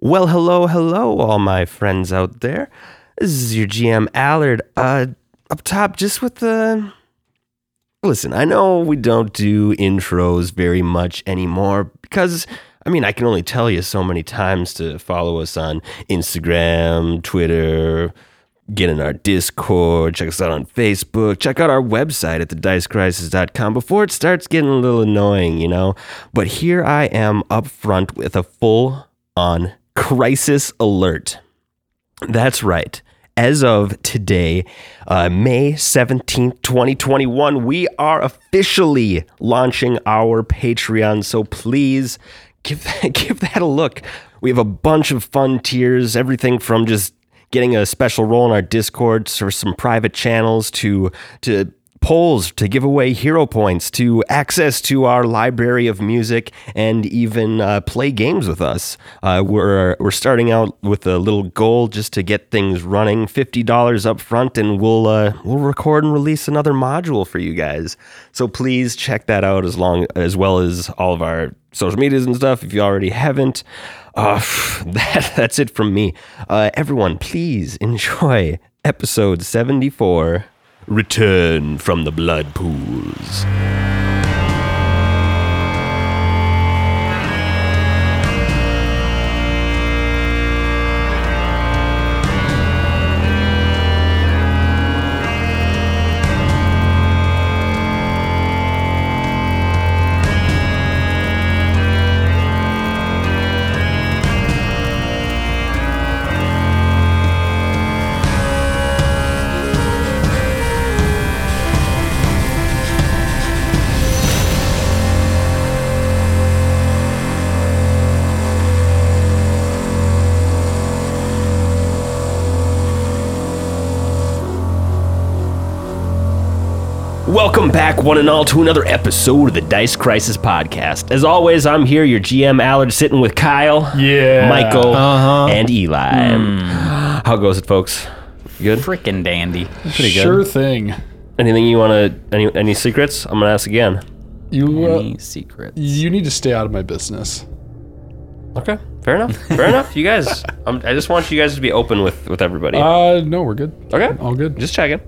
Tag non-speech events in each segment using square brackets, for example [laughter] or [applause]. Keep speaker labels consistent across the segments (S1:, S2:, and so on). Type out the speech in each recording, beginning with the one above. S1: Well, hello, hello, all my friends out there. This is your GM Allard. Uh, up top, just with the. Listen, I know we don't do intros very much anymore because, I mean, I can only tell you so many times to follow us on Instagram, Twitter, get in our Discord, check us out on Facebook, check out our website at thedicecrisis.com before it starts getting a little annoying, you know? But here I am up front with a full on crisis alert. That's right. As of today, uh, May 17th, 2021, we are officially launching our Patreon. So please give [laughs] that, give that a look. We have a bunch of fun tiers, everything from just getting a special role in our Discord for some private channels to to polls to give away hero points to access to our library of music and even uh, play games with us uh, we're we're starting out with a little goal just to get things running $50 up front and we'll uh, we'll record and release another module for you guys so please check that out as long as well as all of our social medias and stuff if you already haven't uh, [laughs] that, that's it from me uh, everyone please enjoy [laughs] episode 74 Return from the Blood Pools. Welcome back, one and all, to another episode of the Dice Crisis Podcast. As always, I'm here, your GM Allard, sitting with Kyle,
S2: Yeah.
S1: Michael, and Eli. How goes it, folks? You Good.
S3: Frickin' dandy.
S1: Pretty good.
S2: Sure thing.
S1: Anything you want to? Any any secrets? I'm gonna ask again.
S2: You uh,
S3: Any secret?
S2: you need to stay out of my business.
S1: Okay. Fair [laughs] enough. Fair enough. You guys, I'm, I just want you guys to be open with with everybody.
S2: Uh no, we're good.
S1: okay.
S2: All good.
S1: Just checking.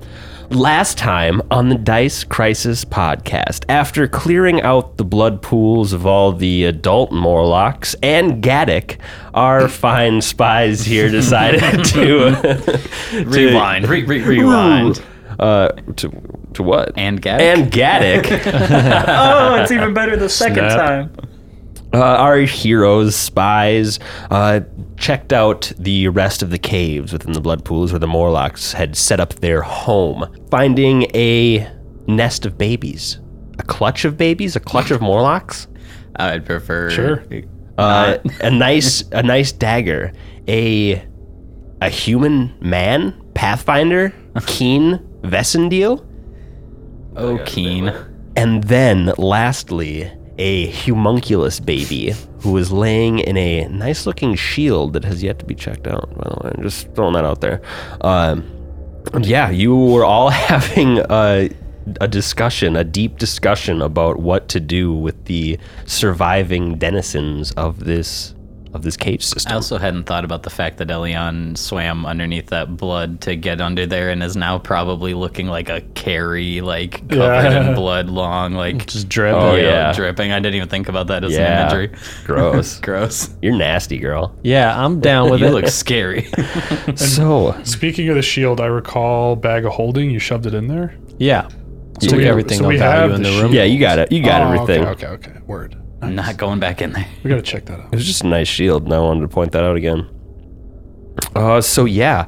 S1: Last time on the Dice Crisis podcast, after clearing out the blood pools of all the adult Morlocks and Gaddick,
S2: [laughs]
S1: our fine spies here decided to, to
S3: Rewind. Re- re- rewind.
S1: [laughs] Uh, to to what?
S3: And Gaddick?
S1: And Gaddick.
S4: [laughs]
S1: [laughs]
S4: Oh, it's even better the second time.
S1: uh, our heroes, spies, uh, checked out the rest of the caves within the blood pools where the Morlocks had set up their home, finding a nest of babies, a clutch of babies, a clutch of Morlocks,
S3: I'd prefer.
S2: Sure.
S1: uh, a nice, a nice dagger, a a human man,
S4: [laughs]
S1: Pathfinder, Keen Vessendeal,
S3: Oh, keen.
S1: And then, lastly, a homunculus baby who is laying in a nice looking shield that has yet to be checked out, by the way. I'm just throwing that out there. Um, yeah, you were all [laughs] having a, a discussion, a deep discussion about what to do with the surviving denizens of this of this cage
S2: [laughs]
S3: I
S1: system.
S3: also hadn't thought about the fact that Elion swam underneath that blood to get under there and is now probably looking like a carry, like covered in
S2: Yeah.
S3: blood, long, like
S2: Just drip.
S1: Oh,
S3: you know,
S1: yeah.
S3: dripping. I didn't even think about that as
S1: Yeah.
S3: an imagery.
S1: Gross.
S3: Gross.
S1: You're nasty, girl.
S5: Yeah, I'm down with
S3: You [laughs]
S5: it.
S3: look scary.
S1: So
S2: Speaking of the shield, I recall bag of holding. You shoved it in there.
S5: yeah. Took
S2: we-
S5: everything
S2: so
S5: on
S2: we
S5: value
S2: have
S5: in
S2: the
S5: the room.
S1: yeah, you got it. You got
S2: Oh,
S1: everything.
S2: Okay, okay, okay. Word.
S3: I'm not going back in there.
S2: We gotta check that out.
S1: It was just a nice shield, and I wanted to point that out again. Uh, so yeah,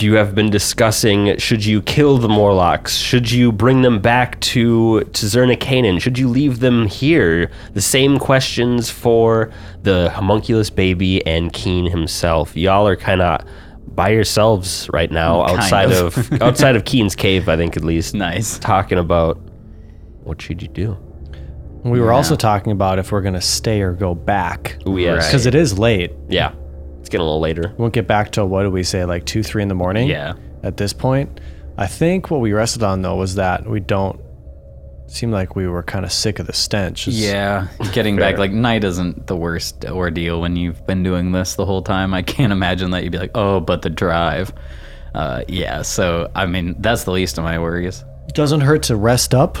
S1: you have been discussing: should you kill the Morlocks? Should you bring them back to to Zerna Canaan? Should you leave them here? The same questions for the homunculus baby and Keen himself. Y'all are kind of by yourselves right now,
S3: Kind
S1: outside of,
S3: of.
S1: outside
S3: [laughs]
S1: of Keen's cave, I think at least.
S3: Nice.
S1: Talking about what should you do?
S5: We were also talking about if we're going to stay or go back.
S1: Ooh, yes.
S5: Because it is late.
S1: Yeah, it's getting a little later.
S5: We won't get back till, what do we say, like 2, 3 in the morning?
S3: Yeah.
S5: At this point. I think what we rested on, though, was that we don't Seemed like we were kind of sick of the stench. It's-
S3: Yeah, getting back like night isn't the worst ordeal when you've been doing this the whole time. I can't imagine that you'd be like, oh, but the drive. Uh, yeah, so I mean that's the least of my worries.
S5: Doesn't hurt to rest up.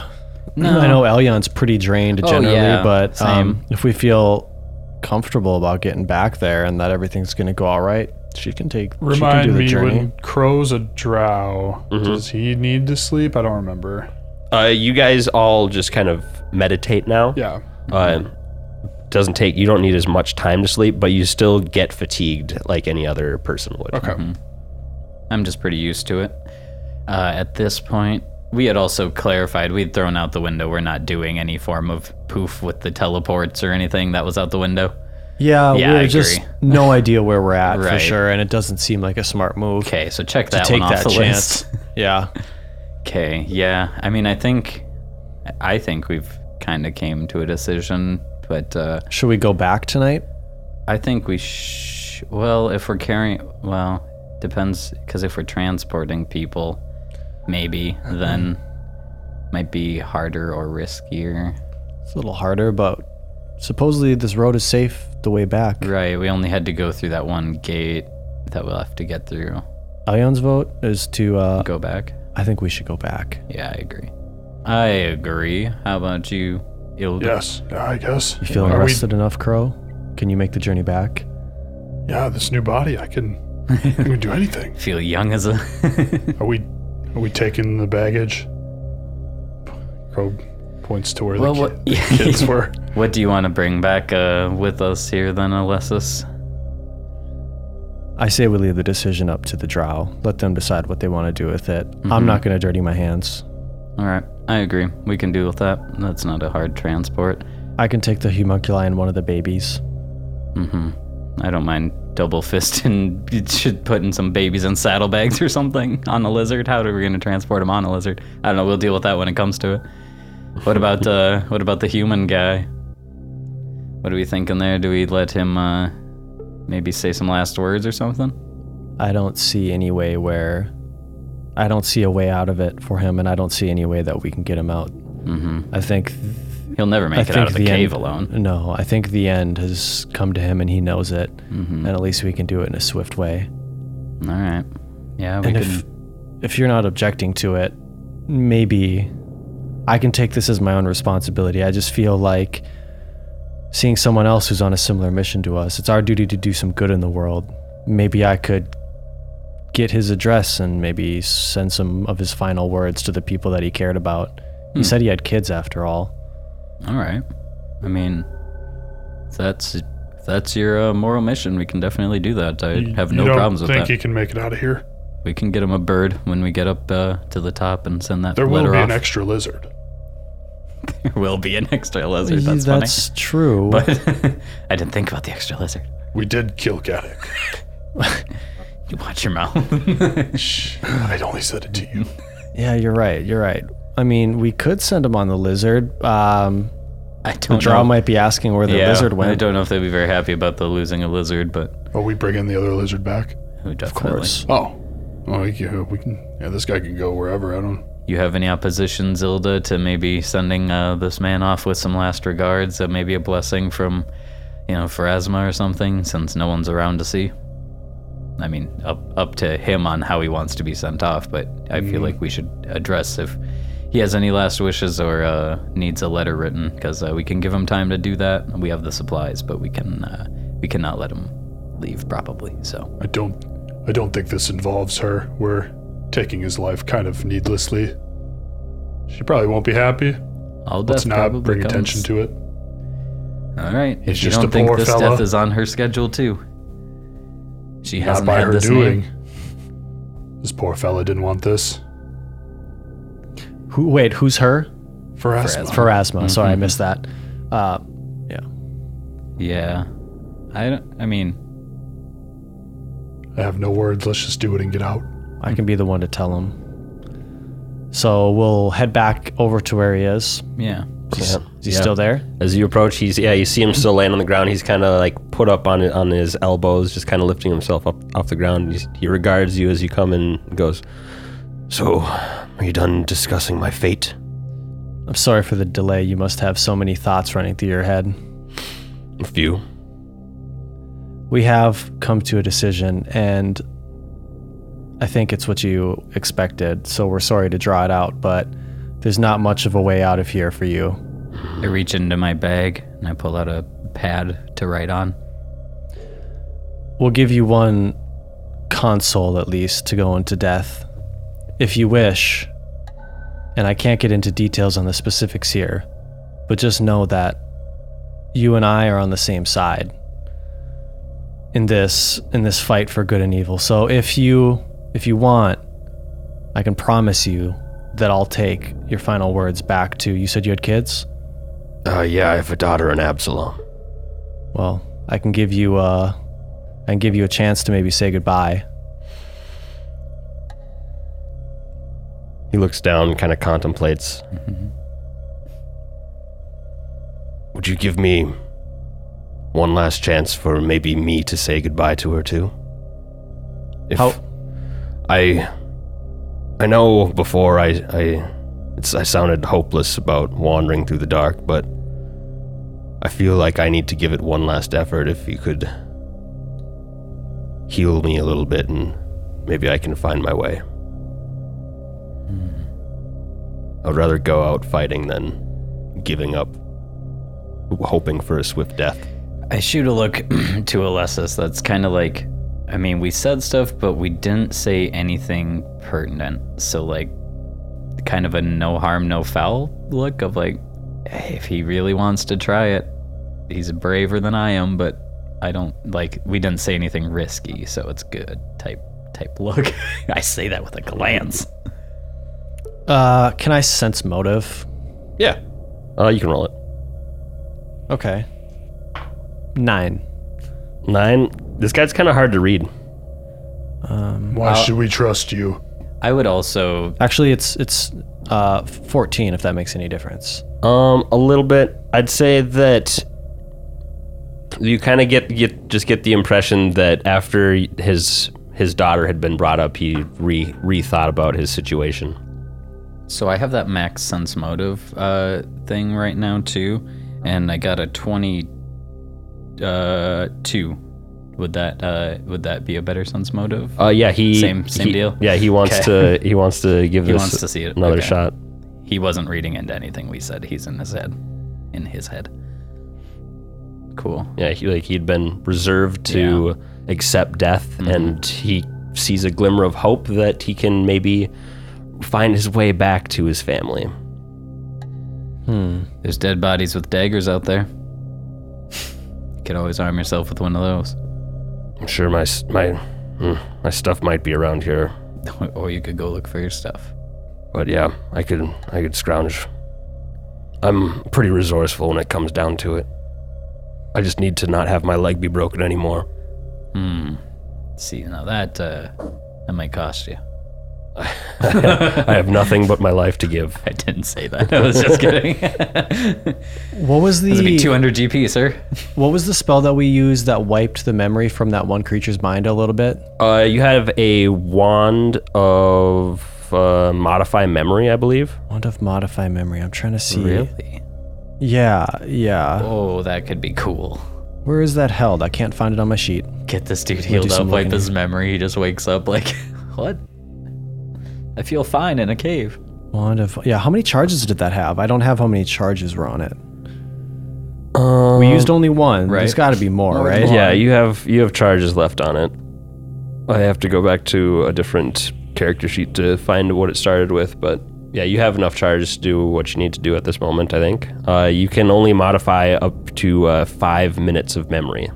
S5: No. I know Elyon's pretty drained generally,
S3: yeah,
S5: but
S3: same.
S5: um, if we feel comfortable about getting back there and that everything's going to go all right, she can take she can do
S2: Remind
S5: the
S2: me
S5: journey.
S2: when Crow's a drow.
S1: Mm-hmm.
S2: Does he need to sleep? I don't remember.
S6: Uh, you guys all just kind of meditate now.
S2: Yeah.
S6: Uh, doesn't take. You don't need as much time to sleep, but you still get fatigued like any other person would.
S2: Okay.
S1: Mm-hmm.
S3: I'm just pretty used to it. Uh, at this point, we had also clarified we'd thrown out the window. We're not doing any form of poof with the teleports or anything that was out the window.
S5: yeah,
S3: Yeah,
S5: we
S3: I
S5: have just
S3: agree.
S5: no [laughs] idea where we're at for
S3: Right.
S5: sure, and it doesn't seem like a smart move
S3: Okay, so check
S5: to
S3: that
S5: take
S3: one off
S5: that
S3: the
S5: chance.
S3: list.
S5: [laughs]
S3: [laughs]
S5: Yeah,
S3: Okay, yeah. I mean, I think, I think we've kind of came to a decision, but uh,
S5: should we go back tonight?
S3: I think we. Sh- well, if we're carrying, well, depends. Because if we're transporting people, maybe then might be harder or riskier.
S5: It's a little harder, but supposedly this road is safe the way back.
S3: Right. We only had to go through that one gate that we'll have to get through.
S5: Elyon's vote is to. Uh,
S3: Go back.
S5: I think we should go back.
S3: Yeah, I agree. I agree. How about you, Ilda?
S2: Yes. Yeah, I guess.
S5: You feeling
S2: Are we-
S5: rested enough, Crow? Can you make the journey back?
S2: yeah, this new body, I can, I can do anything.
S3: Feel young as a. [laughs]
S2: Are we are we taking the baggage? Crow points to where
S3: Well,
S2: the,
S3: what-
S2: ki- the
S1: [laughs]
S2: kids were.
S3: what do you want to bring back uh, with us here then, Alessis?
S5: I say we leave the decision up to the drow. Let them decide what they want to do with it.
S3: Mm-hmm.
S5: I'm not going to dirty my hands.
S3: All right, I agree. We can deal with that. That's not a hard transport.
S5: I can take the homunculi and one of the babies.
S3: Mm-hmm. I don't mind double fisting, [laughs] you should putting some babies in saddlebags or something on a lizard. How are we gonna transport them on a lizard? I don't know. We'll deal with that when it comes to it. What about uh, what about the human guy? What are we thinking there? Do we let him uh, maybe say some last words or something?
S5: I don't see any way where. I don't see a way out of it for him, and I don't see any way that we can get him out. I think.
S3: He'll never make
S5: Mm-hmm. I
S3: it out
S5: think
S3: of the, cave
S5: end,
S3: alone.
S5: No, I think the end has come to him, and he knows it.
S3: Hmm.
S5: And at least we can do it in a swift way.
S3: All right. Yeah, we can.
S5: and if if you're not objecting to it, maybe I can take this as my own responsibility. I just feel like seeing someone else who's on a similar mission to us, it's our duty to do some good in the world. Maybe I could get his address and maybe send some of his final words to the people that he cared about.
S3: Hmm.
S5: He said he had kids after all.
S3: All right. I mean, if that's if that's your uh, moral mission. We can definitely do that. I
S2: You-
S3: have
S2: you
S3: no
S2: don't
S3: problems with
S2: think
S3: that.
S2: he can make it out of here?
S3: We can get him a bird when we get up uh, to the top and send that
S2: There will
S3: letter
S2: be
S3: off.
S2: an extra lizard.
S3: there [laughs] will be an extra lizard. That's,
S5: true.
S3: funny. But [laughs] I didn't think about the extra lizard.
S2: We did kill Gaddock.
S3: [laughs] You watch your mouth. [laughs]
S2: Shh. I only said it to you.
S5: yeah, you're right. You're right. I mean, we could send him on the lizard. Um,
S3: I don't
S5: Drow
S3: know.
S5: might be asking where the
S3: yeah,
S5: lizard
S3: I
S5: went.
S3: don't know if they'd be very happy about the losing a lizard, but
S2: Are Oh, we bringing the other lizard back?
S3: of
S2: Oh. Oh, we can. We can yeah, this guy can go wherever. I don't.
S3: You have any opposition, Zilda, to maybe sending uh, this man off with some last regards, uh, maybe a blessing from, you know, Pharasma or something, since no one's around to see? I mean, up up to him on how he wants to be sent off, but I feel
S2: Mm-hmm.
S3: like we should address if he has any last wishes or uh, needs a letter written, because uh, we can give him time to do that. We have the supplies, but we can uh, we cannot let him leave probably. So
S2: I don't. I don't think this involves her. We're taking his life kind of needlessly. She probably won't be happy.
S3: I'll
S2: Let's not bring attention to it.
S3: All right.
S2: It's
S3: If you
S2: just
S3: don't
S2: a
S3: think
S2: poor
S3: this
S2: fella.
S3: death is on her schedule too. She
S2: Not
S3: hasn't
S2: by
S3: had
S2: her
S3: this
S2: doing.
S3: name.
S2: This poor fella didn't want this.
S5: Who? Wait, who's her?
S2: For us.
S5: For asthma. Sorry, I missed that. Uh, yeah.
S3: Yeah. I don't, I mean,
S2: I have no words. Let's just do it and get out.
S5: I can be the one to tell him. So we'll head back over to where he is.
S3: yeah.
S6: Yeah.
S5: Is he
S6: Yeah.
S5: still there?
S6: As you approach, he's yeah. You see him still laying on the ground. He's kind of like put up on on his elbows, just kind of lifting himself up off the ground. He's, he regards you as you come and goes. So, are you done discussing my fate?
S5: I'm sorry for the delay. You must have so many thoughts running through your head.
S1: A few.
S5: We have come to a decision, and I think it's what you expected. So we're sorry to draw it out, but there's not much of a way out of here for you.
S3: I reach into my bag and I pull out a pad to write on.
S5: We'll give you one console at least to go into death. If you wish, and I can't get into details on the specifics here, but just know that you and I are on the same side in this in this fight for good and evil. So if you if you want, I can promise you that I'll take your final words back to you said you had kids?
S1: Uh, yeah, I have a daughter and Absalom.
S5: Well, I can give you uh I can give you a chance to maybe say goodbye.
S1: He looks down, kind of contemplates. Would you give me one last chance for maybe me to say goodbye to her too? If
S5: How-
S1: I I know before I I it's I sounded hopeless about wandering through the dark, but I feel like I need to give it one last effort if you could heal me a little bit and maybe I can find my way. I'd rather go out fighting than giving up, hoping for a swift death.
S3: I shoot a look [clears throat] to Alessis that's kind of like, I mean, we said stuff, but we didn't say anything pertinent. So, like, kind of a no harm, no foul look of like, hey, if he really wants to try it, he's braver than I am, but I don't like, we didn't say anything risky, so it's good type type look. [laughs] I say that with a glance.
S5: Uh can I sense motive?
S1: Yeah. Uh, you can roll it.
S5: Okay. 9.
S1: Nine. This guy's kind of hard to read.
S2: Why should we trust you?
S3: I would also,
S5: Actually, it's it's uh 14 if that makes any difference.
S1: Um, a little bit. I'd say that you kind of get get just get the impression that after his his daughter had been brought up, he re rethought about his situation.
S3: so I have that max sense motive uh, thing right now too, and I got a twenty uh, two. Would that uh, would that be a better sense motive?
S1: Uh, yeah, he
S3: Same- same
S1: he-
S3: deal?
S1: Yeah, he wants to he wants to
S3: [laughs]
S1: give this
S3: wants to see it.
S1: another
S3: Okay.
S1: shot.
S3: He wasn't reading into anything we said. He's in his head, in his head. Cool.
S1: Yeah, he like he'd been reserved to accept death, and he sees a glimmer of hope that he can maybe find his way back to his family.
S3: There's dead bodies with daggers out there. You could always arm yourself with one of those, [laughs]
S1: I'm sure my s- my mm, my stuff might be around here,
S3: or you could go look for your stuff.
S1: but yeah, I could I could scrounge. I'm pretty resourceful when it comes down to it. I just need to not have my leg be broken [laughs] anymore.
S3: Hmm. See, now that uh, that might cost you.
S1: I have nothing but my life to give.
S3: [laughs] I didn't say that. I was just kidding. [laughs]
S5: What was the
S3: It'd be 200 GP, sir.
S5: What was the spell that we used that wiped the memory from that one creature's mind a little bit?
S1: Uh, you have a wand of uh, modify memory, I believe.
S5: Wand of modify memory. I'm trying to see.
S3: Really?
S5: Yeah, yeah.
S3: Oh, that could be cool.
S5: Where is that held? I can't find it on my sheet.
S3: Get this dude healed
S5: some
S3: up, wipe
S5: looking
S3: his memory. He just wakes up like, [laughs] what? I feel fine in a cave.
S5: Wand of yeah. How many charges did that have? I don't have how many charges were on it. we used only one. There's
S3: Um, right.
S5: got to be more, right?
S1: Yeah, you have you have charges left on it. I have to go back to a different character sheet to find what it started with, but yeah, you have enough charges to do what you need to do at this moment. I think uh, you can only modify up to uh, five minutes of memory.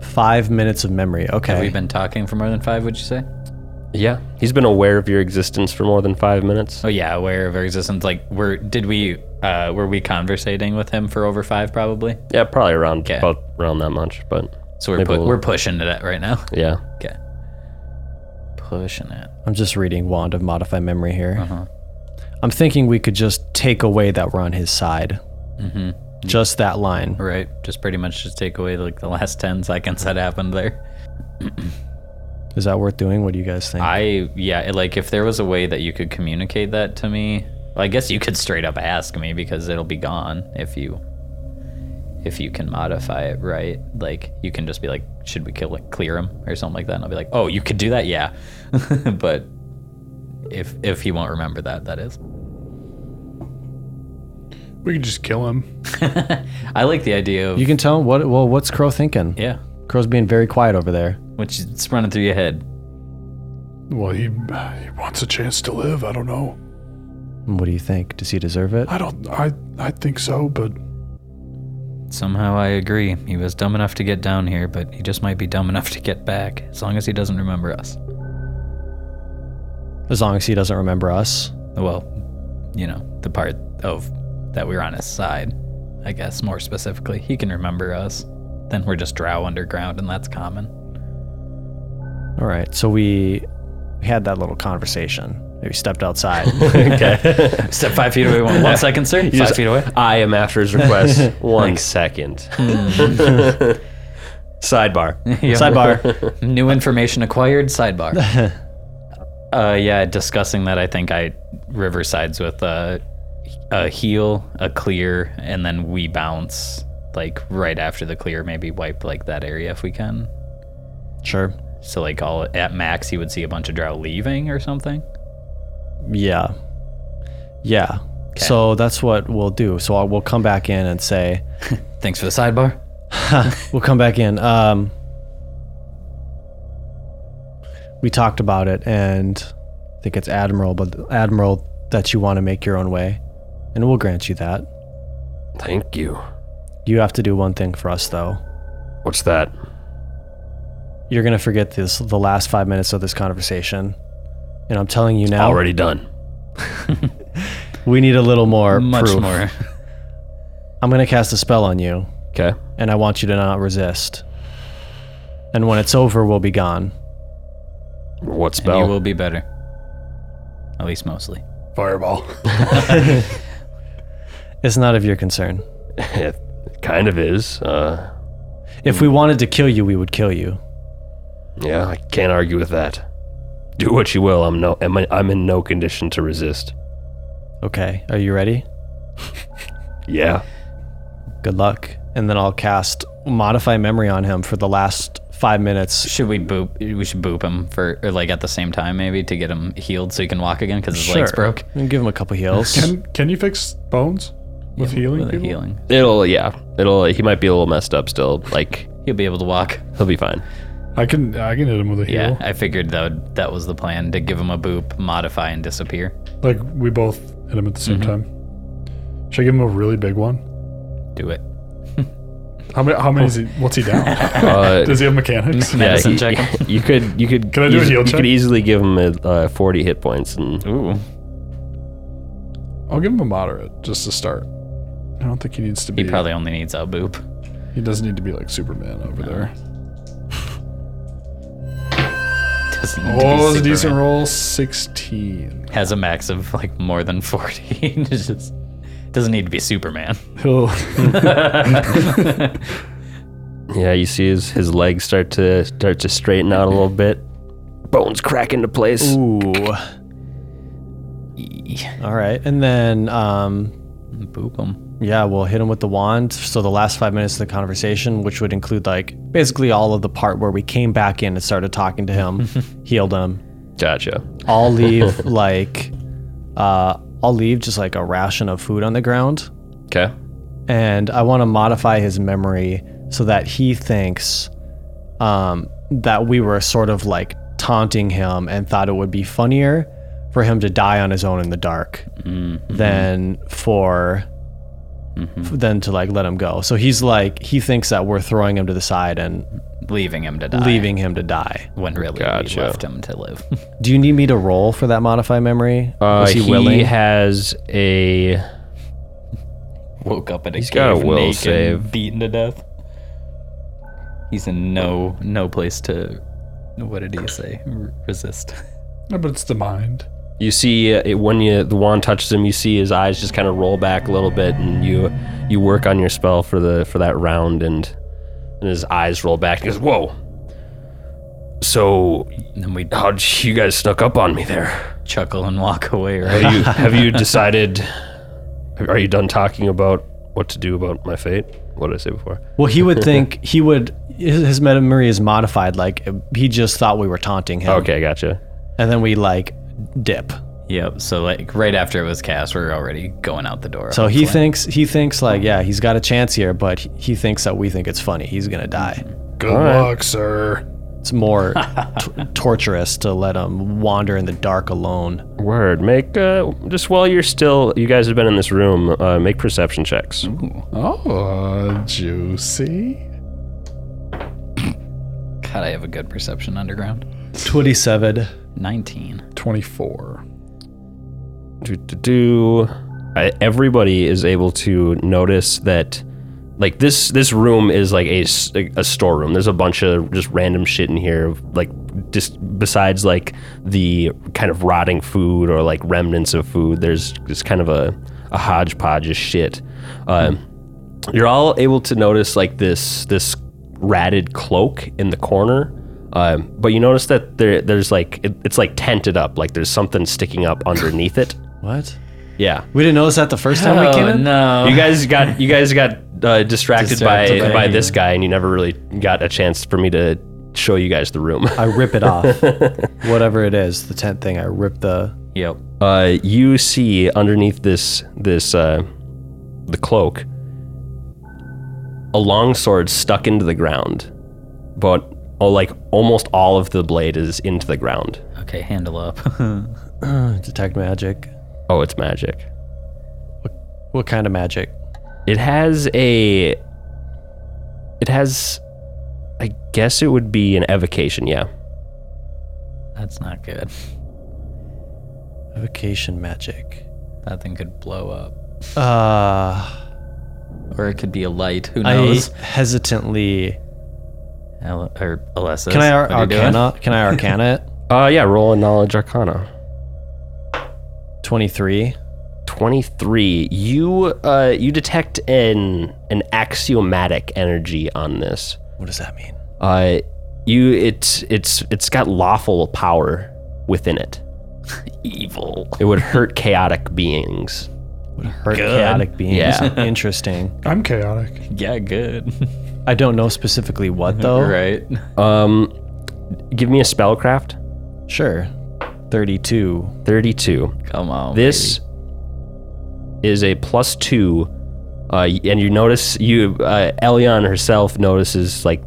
S5: Five minutes of memory.
S3: Have we
S5: Okay.
S3: been talking for more than five, would you say?
S1: Yeah, he's been aware of your existence for more than five minutes.
S3: Oh, yeah, aware of our existence. Like, were, did we, uh, were we conversating with him for over five, probably?
S1: Yeah, probably around
S3: Okay.
S1: about around that much, but
S3: So we're,
S1: Maybe
S3: pu-
S1: we'll-
S3: we're pushing it right now. [laughs]
S1: yeah.
S3: Okay. Pushing it.
S5: I'm just reading wand of modify memory here.
S3: Uh-huh.
S5: I'm thinking we could just take away that we're on his side. Mm-hmm. Just that line.
S3: Right. Just pretty much just take away like the last 10 seconds that happened there.
S5: Is that worth doing? What do you guys think?
S3: I yeah, it- like if there was a way that you could communicate that to me, Well, I guess you could straight up ask me because it'll be gone if you if you can modify it right. Like you can just be like, should we kill it, clear him or something like that? And I'll be like, oh, you could do that, yeah. [laughs] but if if he won't remember that, that is. [laughs]
S2: We could just kill him.
S3: I like the idea of
S5: You can tell him what. Well, what's Crow thinking?
S3: yeah,
S5: Crow's being very quiet over there.
S3: which is running through your head.
S2: Well, he, he wants a chance to live. I don't know.
S5: What do you think? Does he deserve it?
S2: I don't. I I think so, but
S3: Somehow I agree. He was dumb enough to get down here, but he just might be dumb enough to get back, as long as he doesn't remember us.
S5: As long as he doesn't remember us.
S3: Well, you know, the part of that we were on his side, I guess, more specifically. He can remember us. Then we're just drow underground, and that's common. [laughs]
S5: All right. So we we had that little conversation. Maybe
S3: [laughs]
S5: stepped outside. [laughs]
S3: Step five feet away. One, one second, sir. Five feet away.
S1: I am after his request. One second. [laughs] Sidebar.
S3: [laughs] [laughs] Yeah.
S5: Sidebar.
S3: New information acquired. Sidebar. [laughs] uh, yeah, discussing that, I think I Riverside's with a, a heal, a clear, and then we bounce like right after the clear. Maybe wipe like that area if we can.
S5: Sure.
S3: So like all at max, he would see a bunch of drow leaving or something.
S5: Yeah. Yeah. So that's what we'll do. So I'll, we'll come back in and say
S3: Thanks for the sidebar.
S5: [laughs] we'll come back in. Um, we talked about it, and I think it's Admiral, but Admiral, that you want to make your own way, and we'll grant you that.
S1: Thank you.
S5: You have to do one thing for us, though.
S1: What's that?
S5: You're gonna forget this the last five minutes of this conversation, and I'm telling you now,
S1: Already done.
S5: we need a little more
S3: Much [laughs]
S5: proof.
S3: more.
S5: I'm gonna cast a spell on you,
S1: Okay.
S5: and I want you to not resist. And when it's over, we'll be gone.
S1: What
S3: And you
S1: spell?
S3: will be better. At least mostly.
S2: fireball.
S5: It's not of your concern.
S1: [laughs] it kind of is. Uh,
S5: If we wanted to kill you, we would kill you.
S1: yeah, I can't argue with that. Do what you will. I'm no. I'm in, I'm in no condition to resist.
S5: Okay, are you ready?
S1: Yeah.
S5: Good luck. And then I'll cast Modify Memory on him for the last five minutes.
S3: Should we boop? We should boop him for or like at the same time maybe to get him healed so he can walk again because his legs broke.
S5: And give him a couple
S2: [laughs]
S5: heals.
S2: Can can you fix bones with healing?
S3: With the
S2: people?
S3: healing,
S1: It'll. Yeah. It'll. He might be a little messed up still. Like
S3: he'll be able to walk.
S1: he'll be fine.
S2: I can I can hit him with a
S3: Yeah,
S2: heal.
S3: I figured that would- that was the plan to give him a boop, modify, and disappear.
S2: Like we both hit him at the same
S3: Mm-hmm.
S2: time. Should I give him a really big one?
S3: Do it. [laughs]
S2: How many? How many is he? What's he down?
S3: [laughs]
S1: Uh,
S2: Does he have mechanics?
S3: Yeah. Medicine
S1: you,
S3: check him?
S1: you could. You could.
S2: Can I do a
S1: eas-
S2: heal
S1: You
S2: check?
S1: could easily give him a, uh, 40 hit points and
S3: [laughs] Ooh.
S2: I'll give him a moderate just to start. I don't think he needs to be.
S3: He probably only needs a boop. [laughs]
S2: He doesn't need to be like Superman over there.
S3: Doesn't need to
S2: Oh,
S3: be
S2: it's a
S3: Superman.
S2: decent roll. Sixteen.
S3: Has a max of like more than [laughs] forty. It's just doesn't need to be Superman.
S2: He'll.
S1: Yeah, you see his, his legs start to start to straighten out a little bit. Bones crack into place.
S5: Ooh. All right. And then, um,
S3: boop him.
S5: yeah, we'll hit him with the wand. So the last five minutes of the conversation, which would include like basically all of the part where we came back in and started talking to him, healed him,
S1: Gotcha.
S5: I'll leave like uh, I'll leave just like a ration of food on the ground,
S1: Okay.
S5: and I want to modify his memory so that he thinks um, that we were sort of like taunting him and thought it would be funnier for him to die on his own in the dark
S1: Mm-hmm.
S5: than for f- than to like let him go. So he's like he thinks that we're throwing him to the side and
S3: Leaving him to die.
S5: leaving him to die.
S3: when really
S1: Gotcha.
S3: we left him to live. [laughs]
S5: Do you need me to roll for that modify memory?
S1: Uh,
S5: Was
S1: he
S5: he willing?
S1: has a.
S3: Woke up in a
S1: He's
S3: cave,
S1: got a will
S3: naked,
S1: save.
S3: beaten to death. He's in no no place to. What did he say? R- resist. [laughs]
S2: no, but it's the mind.
S1: You see uh, it, when you the wand touches him, you see his eyes just kind of roll back a little bit, and you you work on your spell for the for that round, and and his eyes roll back. He goes, "Whoa." So,
S3: And then we
S1: how'd you guys snuck up on me there?
S3: chuckle and walk away, right? [laughs]
S1: Have you, have you decided? Are you done talking about what to do about my fate? What did I say before?
S5: Well,
S1: [laughs]
S5: he would think he would. His, his memory is modified. Like he just thought we were taunting him,
S1: Okay, gotcha.
S5: and then we like dip.
S3: Yep. So like right after it was cast, we were already going out the door.
S5: So he
S3: hopefully.
S5: thinks he thinks like yeah, he's got a chance here, but he- he thinks that we think it's funny. He's gonna die.
S3: Mm-hmm.
S2: Good luck, sir.
S3: [laughs]
S5: It's more t- torturous to let him wander in the dark alone.
S1: Word. Make uh, just while you're still, you guys have been in this room. Uh, make perception checks.
S2: Oh, juicy.
S3: God, I have a good perception underground.
S5: Twenty-seven.
S3: Nineteen.
S2: 24.
S1: do, do, do. I, everybody is able to notice that like this this room is like a, s- a storeroom there's a bunch of just random shit in here like just besides like the kind of rotting food or like remnants of food there's just kind of a, a hodgepodge of shit um, you're all able to notice like this this ratted cloak in the corner um, but you notice that there there's like it, it's like tented up like there's something sticking up underneath it
S5: What?
S1: yeah
S5: We didn't notice that the first time we came in.
S3: Oh, no!
S1: you guys got you guys got uh, distracted,
S3: Distracted
S1: by
S3: by
S1: by
S3: you.
S1: this guy, and you never really got a chance for me to show you guys the room. [laughs]
S5: I rip
S3: [laughs]
S5: it off. Whatever it is, the tent thing. I rip the.
S3: Yep.
S1: Uh, you see underneath this this uh, the cloak a long sword stuck into the ground, but oh, like almost all of the blade is into the ground.
S3: Okay, handle up. [laughs]
S5: Uh, detect magic.
S1: Oh, it's magic.
S5: What kind of magic?
S1: It has a. It has, I guess it would be an evocation. Yeah.
S3: That's not good.
S5: Evocation magic.
S3: That thing could blow up,
S5: Uh,
S3: or it could be a light. Who
S5: I
S3: knows?
S5: hesitantly.
S3: Al- or Alessis.
S5: Can I ar-
S3: what are you doing?
S5: arcana? Can I arcana
S3: [laughs]
S5: it?
S1: Uh, yeah. Roll a knowledge arcana.
S5: 23.
S1: 23 you uh you detect an an axiomatic energy on this
S5: What does that mean?
S1: uh you it's it's it's got lawful power within it
S3: Evil.
S1: it would hurt chaotic beings
S5: Would hurt
S3: Uh,
S5: chaotic beings.
S1: Yeah.
S5: [laughs] Interesting.
S2: I'm chaotic.
S3: Yeah, good. [laughs]
S5: I don't know specifically what though.
S3: right.
S1: um give me a spellcraft
S5: Sure. 32.
S1: 32
S3: Come on.
S1: This is a plus two, uh, and you notice you uh, Elion herself notices like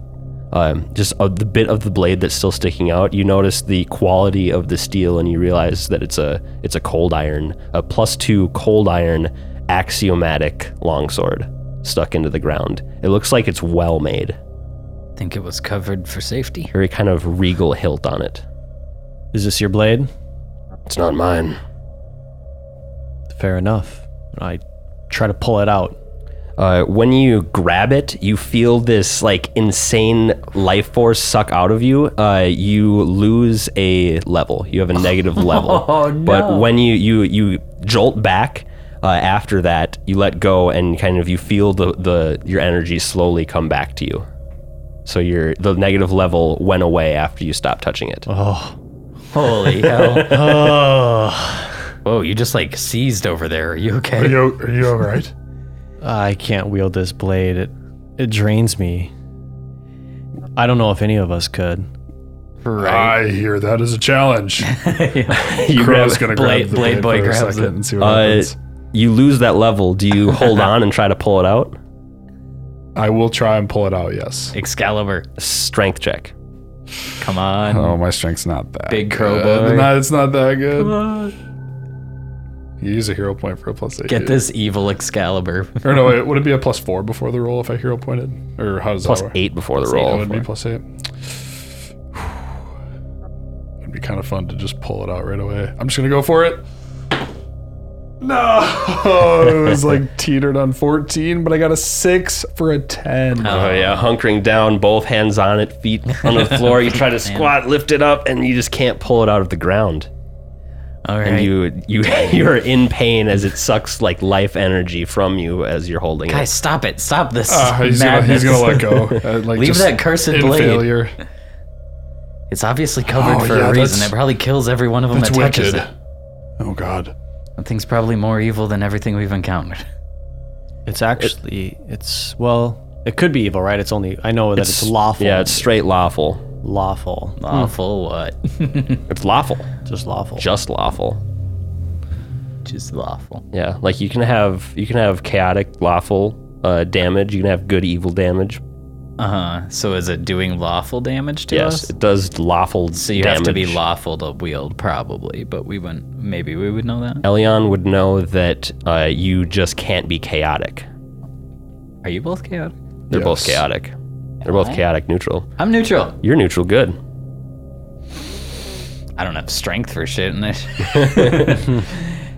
S1: um, just a, the bit of the blade that's still sticking out. You notice the quality of the steel, and you realize that it's a it's a cold iron, a plus two cold iron axiomatic longsword stuck into the ground. It looks like it's well made,
S3: baby. Think it was covered
S1: [laughs]
S3: for safety.
S1: very kind of regal hilt on it.
S5: Is this your blade?
S1: It's not mine.
S5: Fair enough. I try to pull it out.
S1: Uh, when you grab it, you feel this like insane life force suck out of you. Uh, you lose a level. You have a negative level. But when you you you jolt back uh, after that, you let go and kind of you feel the the your energy slowly come back to you. So your the negative level went away after you stopped touching it.
S3: Holy hell. Whoa, you just like seized over there. Are you
S2: Are
S3: okay?
S2: you, are you all right?
S5: I can't wield this blade. It it drains me. I don't know if any of us could.
S3: [laughs] Right.
S2: I hear that as a
S3: [laughs]
S2: challenge.
S1: You
S2: Crow's
S1: grab-
S2: gonna grab the
S3: Blade-
S2: blade,
S3: Blade Boy
S2: for a
S3: grabs
S2: second
S3: it.
S2: and see what
S1: uh,
S2: happens.
S1: you lose that level. Do you hold on and try to pull it out?
S2: I will try and pull it out. Yes.
S3: Excalibur.
S1: Strength check.
S3: Come on.
S2: Oh, my strength's not that.
S3: Big crow
S2: good.
S3: boy.
S2: No, it's not that good. You use a hero point for a plus eight.
S3: Get
S2: dude.
S3: this evil Excalibur. [laughs]
S2: Or no, wait, would it be a plus four before the roll if I hero pointed? Or how does
S1: Plus
S2: that work?
S1: eight before the
S2: Eight,
S1: roll.
S2: It would be plus eight. [sighs] It'd be kind of fun to just pull it out right away. I'm just gonna go for it. No, [laughs] it
S1: [laughs]
S2: was like teetered on 14, but I got a six for a 10.
S1: Oh yeah,
S3: Um,
S1: hunkering down, both hands on it, feet on the floor. You
S3: [laughs]
S1: try to squat, lift it up, and you just can't pull it out of the ground.
S3: All
S1: And
S3: right.
S1: you you [laughs] you are in pain as it sucks like life energy from you as you're holding
S3: Guys, stop it. Stop this.
S2: Ah, he's, gonna,
S3: madness.
S2: he's gonna let go. Uh, like
S3: Leave
S2: just
S3: that cursed
S2: in
S3: blade.
S2: failure.
S3: It's obviously covered
S2: Oh,
S3: for
S2: yeah,
S3: a reason.
S2: that's-
S3: It probably kills every one of them
S2: That's
S3: that touches
S2: wicked.
S3: it.
S2: Oh god.
S3: That thing's probably more evil than everything we've encountered. [laughs]
S5: It's actually it's well, it could be evil, right? It's only I know that it's, lawful.
S1: Yeah, it's straight lawful.
S5: lawful,
S2: Hmm.
S3: Awful what? [laughs]
S1: It's lawful.
S5: just lawful.
S1: Just lawful.
S3: Just lawful.
S1: Yeah, like you can have you can have chaotic lawful uh, damage. You can have good evil damage.
S3: Uh huh. So is it doing lawful damage to
S1: Yes,
S3: us?
S1: it does lawful.
S3: So you have to be
S1: damage.
S3: lawful to wield, probably, but we wouldn't. Maybe we would know that.
S1: Elion would know that uh, you just can't be chaotic.
S3: Are you both chaotic?
S1: They're both
S2: Yes.
S1: chaotic. They're both chaotic neutral.
S3: I'm neutral.
S1: You're neutral good.
S3: I don't have strength for shit in
S2: [laughs]
S3: it.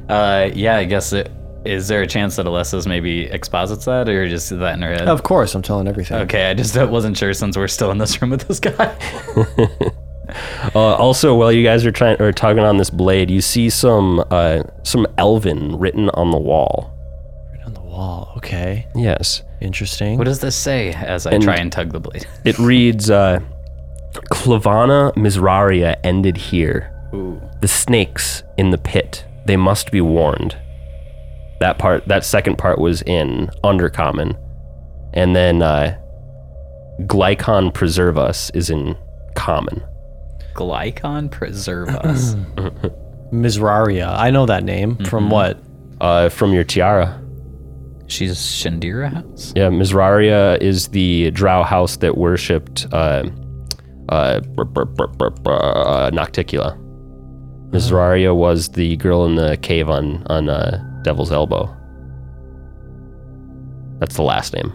S3: uh, yeah, I guess it. Is there a chance that Alessa's maybe exposits that, or just that in her head?
S5: Of course, I'm telling everything.
S3: Okay, I just wasn't sure since we're still in this room with this guy.
S1: Uh, also, while you guys are trying or tugging on this blade, you see some uh, some Elven written on the wall.
S5: Right on the wall. Okay.
S1: Yes,
S5: Interesting.
S3: what does this say as I
S1: And-
S3: try and tug the blade? [laughs]
S1: it reads, uh, "Clavana Misraria ended here.
S3: Ooh.
S1: The snakes in the pit. They must be warned." That part, that second part, was in Undercommon, and then uh, Glycon Preserve Us is in Common.
S3: Glycon preserve
S1: [clears throat]
S3: us.
S5: Misraria. I know that name from what?
S1: Uh, from your tiara.
S3: She's Shandira house?
S1: Yeah, Misraria is the drow house that worshipped uh, uh, br- br- br- br- br- uh, Nocticula. Misraria was the girl in the cave on on uh, Devil's Elbow. That's the last name.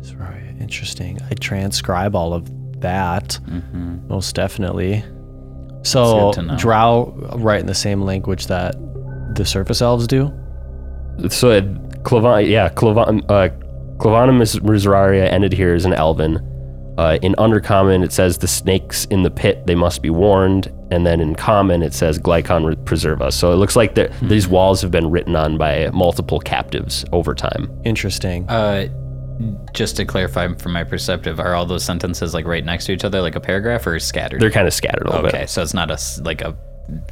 S5: Misraria. Interesting. I transcribe all of that.
S3: Mm-hmm.
S5: Most definitely. So
S3: That's good to know.
S5: drow write in the same language that the surface elves do.
S1: So, uh, Clavan, yeah, Clavan, uh, Clavana Mis- Misraria ended here as an elven. Uh, in Undercommon, it says the snakes in the pit, they must be warned. And then in Common, it says Glycon re- preserve us. So it looks like there- these walls have been written on by multiple captives over time.
S5: Interesting.
S3: Uh, just to clarify from my perspective, are all those sentences like right next to each other, like a paragraph, or scattered?
S1: They're kind of scattered a little
S3: okay,
S1: bit.
S3: so it's not a s- like a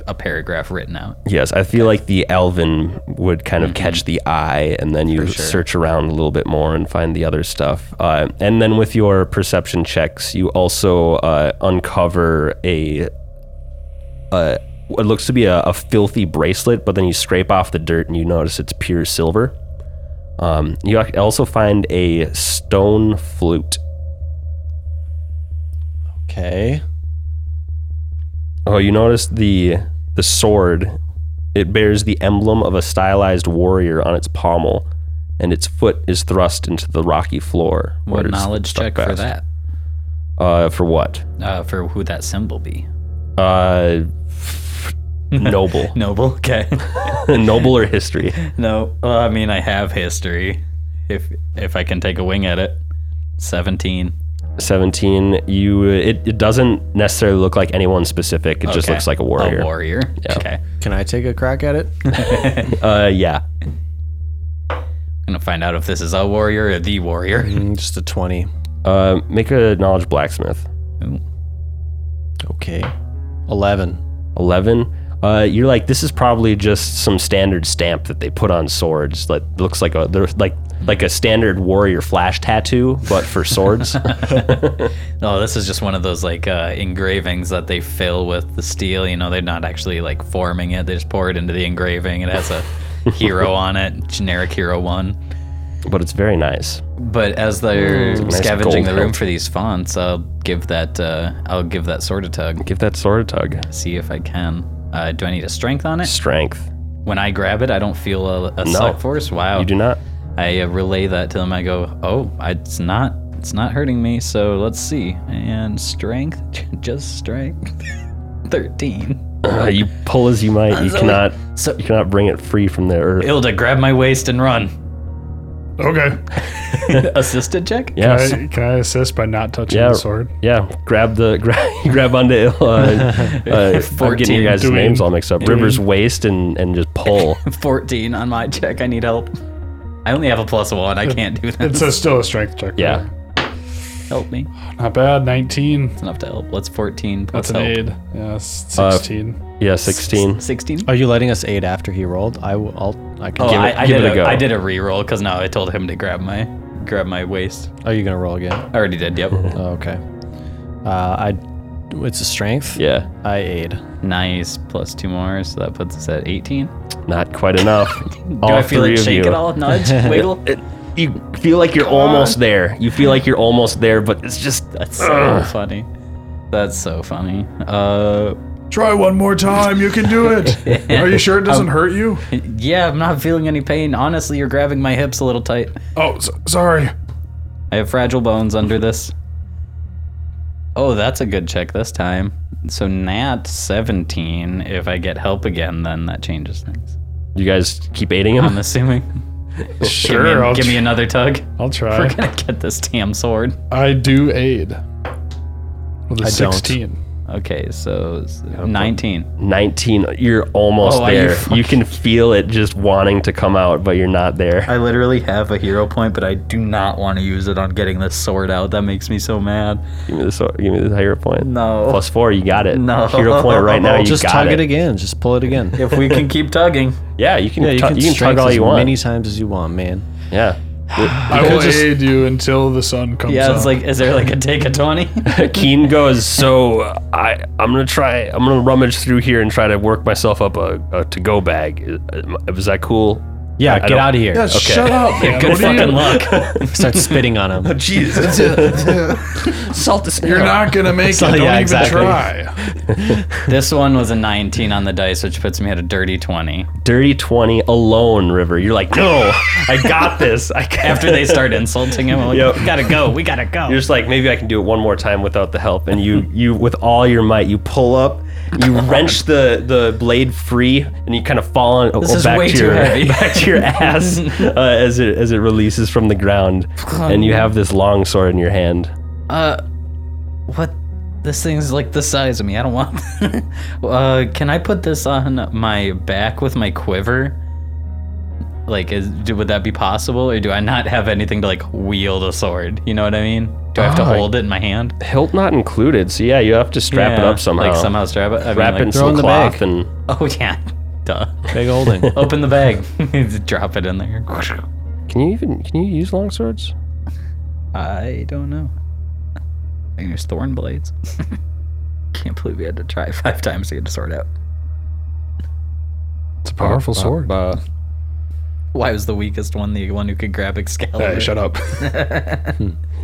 S3: a paragraph written out.
S1: Yes, I feel like the elven would kind of catch the eye, and then you search around a little bit more and find the other stuff. Uh, and then with your perception checks, you also uh, uncover a, a what looks to be a, a filthy bracelet, but then you scrape off the dirt and you notice it's pure silver. Um, you ac- also find a stone flute.
S5: Okay.
S1: Oh, you notice the the sword. It bears the emblem of a stylized warrior on its pommel, and its foot is thrust into the rocky floor. where
S3: What
S1: it's
S3: knowledge
S1: stuck
S3: check for
S1: fast.
S3: that?
S1: Uh, for what?
S3: Uh, for who that symbol be? [laughs]
S1: Uh, noble, [laughs]
S3: Noble. [laughs] Okay.
S1: noble or history?
S3: no, well, I mean I have history. If if I can take a wing at it, seventeen.
S1: Seventeen. You. It, it doesn't necessarily look like anyone specific. It just
S3: Okay.
S1: looks like a warrior.
S3: A warrior. Okay.
S5: Can I take a crack at it?
S1: uh, yeah.
S3: I'm gonna find out if this is a warrior or the warrior.
S5: Mm, Just a 20.
S1: Uh, make a knowledge blacksmith.
S5: Okay. 11.
S1: 11 uh, you're like this is probably just some standard stamp that they put on swords that looks like a they're like like a standard warrior flash tattoo but for swords
S2: [laughs]
S3: No, this is just one of those like uh, engravings that they fill with the steel. You know, they're not actually like forming it; they just pour it into the engraving. It
S1: [laughs]
S3: has a hero on it, generic hero one.
S1: but it's very nice
S3: But as they're
S1: Mm, nice
S3: scavenging
S1: gold
S3: the room
S1: hilt.
S3: for these fonts, I'll give that uh, I'll give that sword a tug.
S1: give that sword a tug
S3: See if I can. Uh, do I need a strength on it?
S1: strength
S3: When I grab it, I don't feel a, a slight force. Wow,
S1: you do not [clears throat]
S3: I uh, relay that to them. I go, "Oh, I- it's not, it's not hurting me. So let's see." And strength, [laughs] just strength, [laughs] thirteen.
S1: Uh, you pull as you might you
S3: So-
S1: cannot
S3: So
S1: you cannot bring it free from the earth
S3: Ilda, grab my waist and run. [laughs]
S2: Okay.
S3: Assisted check.
S2: Can
S1: yes
S2: I, can I assist by not touching
S1: Yeah.
S2: the sword?
S1: yeah grab the [laughs] grab grab onto uh,
S2: [laughs]
S1: uh, I'm getting
S3: 14.
S1: your guys
S2: Doing-
S1: names all mixed up river's waist and and just
S2: [laughs]
S1: pull
S3: Fourteen on my check. I need help. I only have a plus one. I can't do that.
S2: It's a, still a strength check.
S1: yeah
S3: Help me.
S2: Not bad. 19.
S3: It's enough to help. What's 14 plus
S2: That's an
S3: help?
S2: aid. Yeah, s-
S1: Uh,
S2: 16.
S1: Yeah, 16.
S3: 16?
S5: Are you letting us aid after he rolled? I will. I'll, I can.
S3: Oh,
S5: give
S3: I,
S5: it-
S3: I
S1: give
S3: did
S1: it a go.
S3: I did a reroll because now I told him to grab my grab my waist.
S5: Are you Oh, gonna roll again?
S3: I
S1: [laughs]
S3: already did. Yep.
S5: Oh, okay. Uh, I. It's a strength.
S1: yeah,
S5: I aid.
S3: nice. Plus two more, so that puts us at 18.
S1: not quite enough.
S3: [laughs] Do I feel it shake at all? Nudge? Wiggle?
S1: It, you feel like you're almost there. You feel like you're almost there, but it's just
S3: That's so funny. That's so funny. Uh,
S2: Try one more time. You can do
S3: [laughs]
S2: it. Are you sure it
S3: Um,
S2: doesn't hurt you?
S3: yeah, I'm not feeling any pain. Honestly, you're grabbing my hips a little tight.
S2: Oh, s sorry.
S3: I have fragile bones under this. Oh, that's a good check this time. So nat 17. If I get help again, then that changes things.
S1: you guys keep aiding
S3: I'm
S1: him.
S3: assuming.
S2: Sure.
S3: give me,
S2: I'll,
S3: give
S2: tr-
S3: me another tug. [laughs]
S2: I'll
S3: We're
S2: try.
S3: gonna get this damn sword.
S2: [laughs] I do aid. With a
S5: I don't.
S2: 16.
S3: Okay, so s- 19.
S1: 19. You're almost
S3: Oh, are you
S1: there. You, can feel it just wanting to come out, but you're not there.
S3: I literally have a hero point, but I do not want to use it on getting this sword out. That makes me so mad.
S1: Give me the sword. Give me the hero point.
S3: No.
S1: Plus four. You got it.
S3: No.
S1: Hero point right now. You
S5: Just
S1: got
S5: tug
S1: it.
S5: it. again. Just pull it again.
S3: if we can keep tugging.
S1: Yeah, you can.
S5: Yeah,
S1: tu-
S5: you can,
S1: tug
S5: strength
S1: all
S5: as
S1: you want.
S5: many times as you want, man.
S1: Yeah.
S2: I will aid you until the sun comes
S3: Yeah,
S2: up.
S3: it's like, is there like a take
S1: [laughs]
S3: a 20?
S1: Keen goes. So uh, I, I'm gonna try. I'm gonna rummage through here and try to work myself up a, a to-go bag. Is, is that cool?
S5: Yeah,
S1: I
S5: get
S1: don't-
S5: out of here.
S2: Yeah, Shut
S3: [laughs]
S2: up, man.
S3: Good
S2: What are you-
S3: fucking luck.
S5: [laughs] Start spitting
S3: [laughs]
S5: on him.
S1: Jesus. Salt this.
S2: You're not gonna make it. Don't
S5: yeah,
S2: even
S5: exactly.
S2: try.
S3: This one was a 19 on the dice, which puts me at a dirty 20.
S1: dirty 20 alone, River. You're like, no, I got this. I got
S3: After they start insulting him, I'm like,
S1: Yep.
S3: we gotta go, we gotta go.
S1: You're just like, maybe I can do it one more time without the help. And you, you with all your might, you pull up, [laughs] you wrench the, the blade free, and you kind of fall on oh,
S3: is
S1: back,
S3: way
S1: to
S3: too
S1: your, [laughs]
S3: heavy.
S1: back to your
S3: [laughs]
S1: ass uh, as, it, as it releases from the ground. And you have this long sword in your hand.
S3: uh, what? This thing's like the size of me. I don't want. [laughs] uh, can I put this on my back with my quiver? Like, is, do, would that be possible, or do I not have anything to like wield a sword? You know what I mean? Do I have to
S1: Ah,
S3: hold it in my hand?
S1: Hilt not included. So yeah, you have to strap it
S3: Yeah,
S1: up somehow.
S3: Like somehow strap it. I mean,
S1: Wrap
S3: like-
S1: in
S5: throw
S1: some
S5: in the
S1: cloth
S5: bag.
S1: and
S3: [laughs] oh yeah, duh.
S5: Big holding.
S3: Open the bag. [laughs] Drop it in there.
S1: can you even can you use long swords?
S3: I don't know. I can use thorn blades. [laughs] Can't believe we had to try five times to get a sword out.
S2: It's a powerful sword.
S3: uh, Why was the weakest one the one who could grab Excalibur?
S2: Hey, shut
S3: [laughs]
S2: up.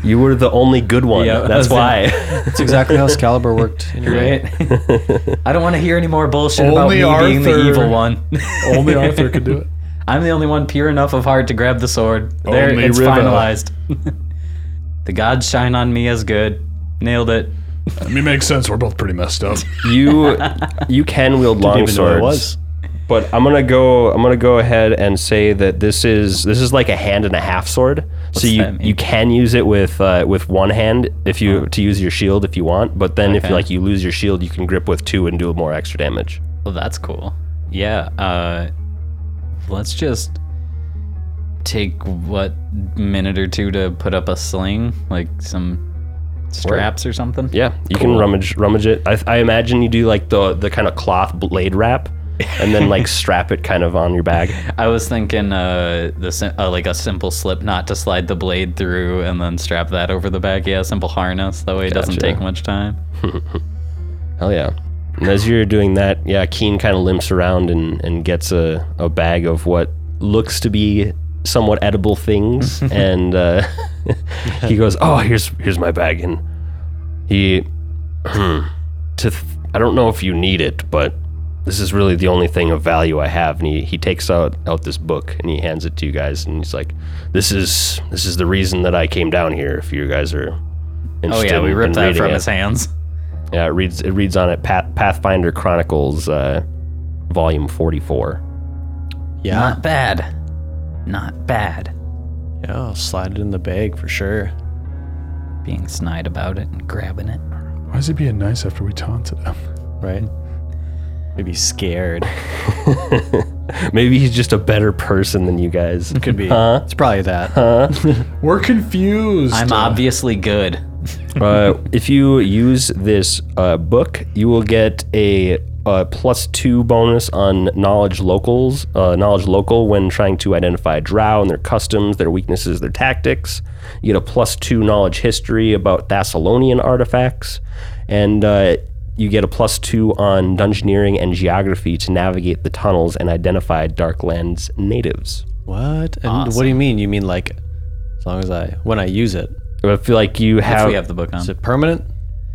S1: You were the only good one.
S3: Yeah,
S1: that's
S3: [laughs] that's it.
S1: why.
S5: That's exactly how Excalibur
S3: [laughs]
S5: worked. Anyway.
S3: Right?
S2: [laughs]
S3: I don't want to hear any more bullshit about
S2: Only
S3: me being the
S2: Arthur.
S3: evil one.
S2: Only
S3: [laughs]
S2: Arthur could do it.
S3: I'm the only one pure enough of heart to grab the sword. There,
S2: Only
S3: it's
S2: Riva.
S3: finalized. [laughs] the gods shine on me as good. Nailed it.
S2: I mean, makes sense. We're both pretty messed up.
S3: [laughs]
S1: you you can wield long
S5: Even though
S1: swords,
S5: it was.
S1: but I'm gonna go. I'm gonna go ahead and say that this is this is like a hand and a half sword. so
S3: that
S1: you
S3: mean? Uh-huh.
S1: you can use it with uh, with one hand if you to use your shield if you want. But then if
S3: Okay.
S1: like you lose your shield, you can grip with two and do more extra damage.
S3: Well, that's cool. Yeah. Uh, let's just take what minute or two to put up a sling, like some straps or something.
S1: Yeah, you can rummage rummage it. I, I imagine you do like the the kind of cloth blade wrap, and then
S3: [laughs]
S1: like strap it kind of on your bag.
S3: I was thinking uh, the sim- uh, like a simple slip knot to slide the blade through, and then strap that over the back. Yeah, simple harness. That way it doesn't
S1: Gotcha.
S3: take much time.
S1: Hell yeah. And as you're doing that, yeah, Keen kind of limps around and, and gets a, a bag of what looks to be somewhat edible
S3: [laughs]
S1: things. and uh, [laughs] he goes, Oh, here's here's my bag. And he, hmm, to th- I don't know if you need it, but this is really the only thing of value I have. And he, he takes out, out this book and he hands it to you guys. And he's like, This is this is the reason that I came down here. If you guys are
S3: Oh
S1: interested
S3: yeah, we
S1: in- in
S3: ripped that
S1: reading
S3: from
S1: it.
S3: his hands.
S1: Yeah, it reads it reads on it Path, Pathfinder Chronicles, uh, volume forty four.
S5: Yeah.
S3: Not bad. Not bad.
S5: Yeah, I'll slide it in the bag for sure.
S3: Being snide about it and grabbing it.
S2: Why is he being nice after we taunted him?
S5: Right? Maybe [laughs] scared.
S1: Maybe he's just a better person than you guys.
S5: Could be. It's probably that.
S2: We're confused.
S3: I'm
S2: Uh,
S3: obviously good.
S1: uh, if you use this uh, book, you will get a, uh plus two bonus on knowledge locals, uh, knowledge local when trying to identify Drow and their customs, their weaknesses, their tactics. You get a plus two knowledge history about Thessalonian artifacts, and uh, you get a plus two on dungeoneering and geography to navigate the tunnels and identify Darklands natives.
S5: What? And what do you mean? You mean like, as long as I when I use it,
S1: I feel like you
S3: If we have the book on.
S5: is it permanent?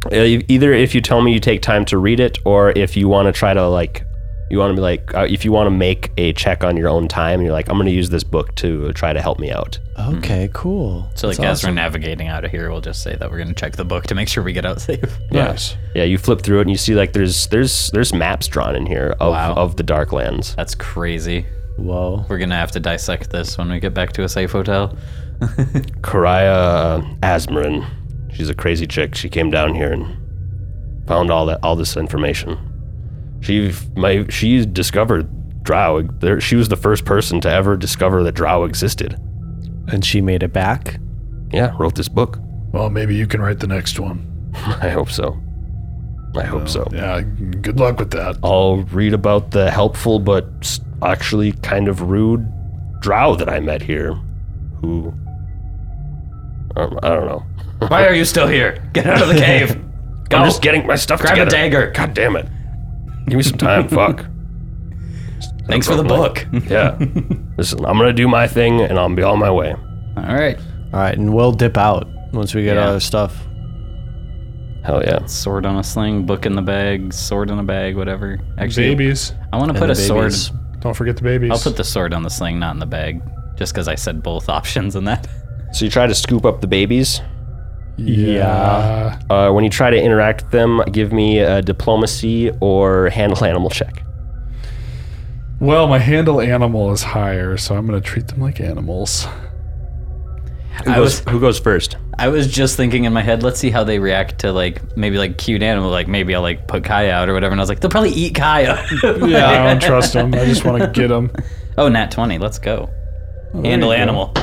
S1: Uh, either if you tell me you take time to read it or if you want to try to like you want to be like uh, if you want to make a check on your own time and you're like i'm going to use this book to try to help me out
S5: Okay, cool.
S3: Hmm. So, like, as we're navigating out of here, we'll just say that we're going to check the book to make sure we get out safe. [laughs]
S2: Nice.
S1: yeah you flip through it and you see like there's there's there's maps drawn in here of,
S3: Wow.
S1: of the darklands
S3: That's crazy.
S5: Whoa.
S3: We're going to have to dissect this when we get back to a safe hotel.
S1: Karaya asmarin uh, she's a crazy chick she came down here and found all that all this information she my she discovered drow there, she was the first person to ever discover that drow existed
S5: And she made it back.
S1: yeah wrote this book
S2: Well, maybe you can write the next one.
S1: I hope so. I hope so.
S2: Yeah, good luck with that.
S1: I'll read about the helpful but s- actually kind of rude drow that I met here, who um, I don't know.
S3: Why are you still here? Get
S5: [laughs]
S3: out of the cave. Go.
S1: I'm just getting my stuff
S3: Grab a
S1: together.
S3: dagger.
S1: God damn it! Give me some time.
S3: [laughs]
S1: Fuck.
S3: Thanks for the book. [laughs]
S1: Yeah. Listen, I'm gonna do my thing and I'll be on my way.
S3: All right.
S5: All right, and we'll dip out once we get
S3: Yeah.
S5: all our stuff.
S1: Hell yeah.
S3: Sword on a sling, book in the bag, sword in a bag, whatever. Actually,
S2: Babies.
S3: I want to put
S5: the
S3: a sword.
S5: babies.
S2: Don't forget the babies.
S3: I'll put the sword on the sling, not in the bag, just because I said both [laughs] options in that.
S1: So you try to scoop up the babies.
S2: yeah.
S1: Uh, when you try to interact with them, give me a diplomacy or handle [laughs] animal check.
S2: Well, my handle animal is higher, so I'm gonna treat them like animals.
S1: Who
S3: I
S1: goes,
S3: was
S1: who goes first?
S3: I was just thinking in my head, let's see how they react to like maybe like cute animal, like maybe I'll like put Kaya out or whatever, and I was like, they'll probably eat [laughs] Kaya.
S2: Yeah, I don't trust them. I just want to get them.
S3: oh, nat twenty, let's go. Handle animal.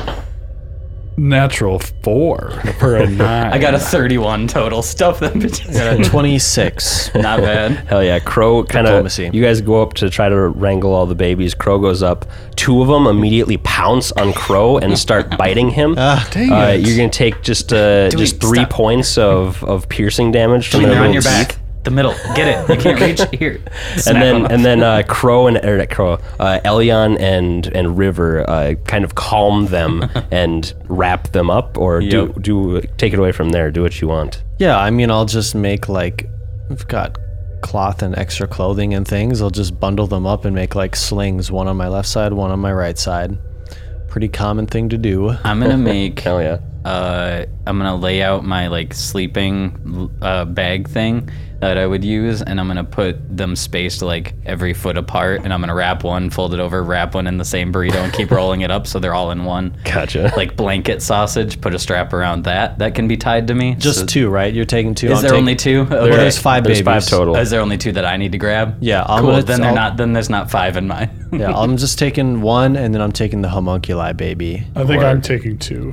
S2: Natural four for a nine.
S3: [laughs] I got a thirty-one total. Stuff them. bitches. [laughs]
S5: Twenty six.
S3: not bad.
S1: Hell yeah, Crow kind of.
S5: Diplomacy.
S1: You guys go up to try to wrangle all the babies. Crow goes up. Two of them immediately pounce on Crow and
S3: [laughs]
S1: start biting him.
S2: Ah, Dang
S1: Uh,
S2: it.
S1: you're gonna take just uh,
S3: Dude,
S1: just three
S3: stop.
S1: points of, of piercing damage from their
S3: They're on
S1: little
S3: your
S1: teeth.
S3: back. The middle. Get it. You can't reach here.
S1: And then and then uh, Crow and er, not Crow, uh, Elion and and River uh, kind of calm
S3: [laughs]
S1: them and wrap them up, or
S3: Yep.
S1: do do take it away from there. Do what you want.
S5: Yeah, I mean, I'll just make like I've got cloth and extra clothing and things. I'll just bundle them up and make like slings, one on my left side, one on my right side. Pretty common thing to do.
S3: I'm gonna make.
S1: Hell Oh, yeah.
S3: uh, I'm gonna lay out my like sleeping uh, bag thing that I would use, and I'm gonna put them spaced like every foot apart, and I'm gonna wrap one, fold it over, wrap one in the same burrito, and
S5: [laughs]
S3: keep rolling it up so they're all in one.
S1: [laughs] Gotcha.
S3: Like blanket sausage, put a strap around that. That can be tied to me.
S5: Just two, right? You're taking two.
S3: is
S5: I'm
S3: there
S5: taking-
S3: only two? Okay.
S5: Well, there's five
S1: There's
S5: babies.
S1: five total.
S3: Is there only two that I need to grab?
S5: Yeah, I'm
S3: cool.
S5: gonna-
S3: Then they're
S5: I'll-
S3: not. Then there's not five in mine.
S5: [laughs]
S3: [laughs]
S5: Yeah, I'm just taking one, and then I'm taking the homunculi baby.
S2: I think I'm taking two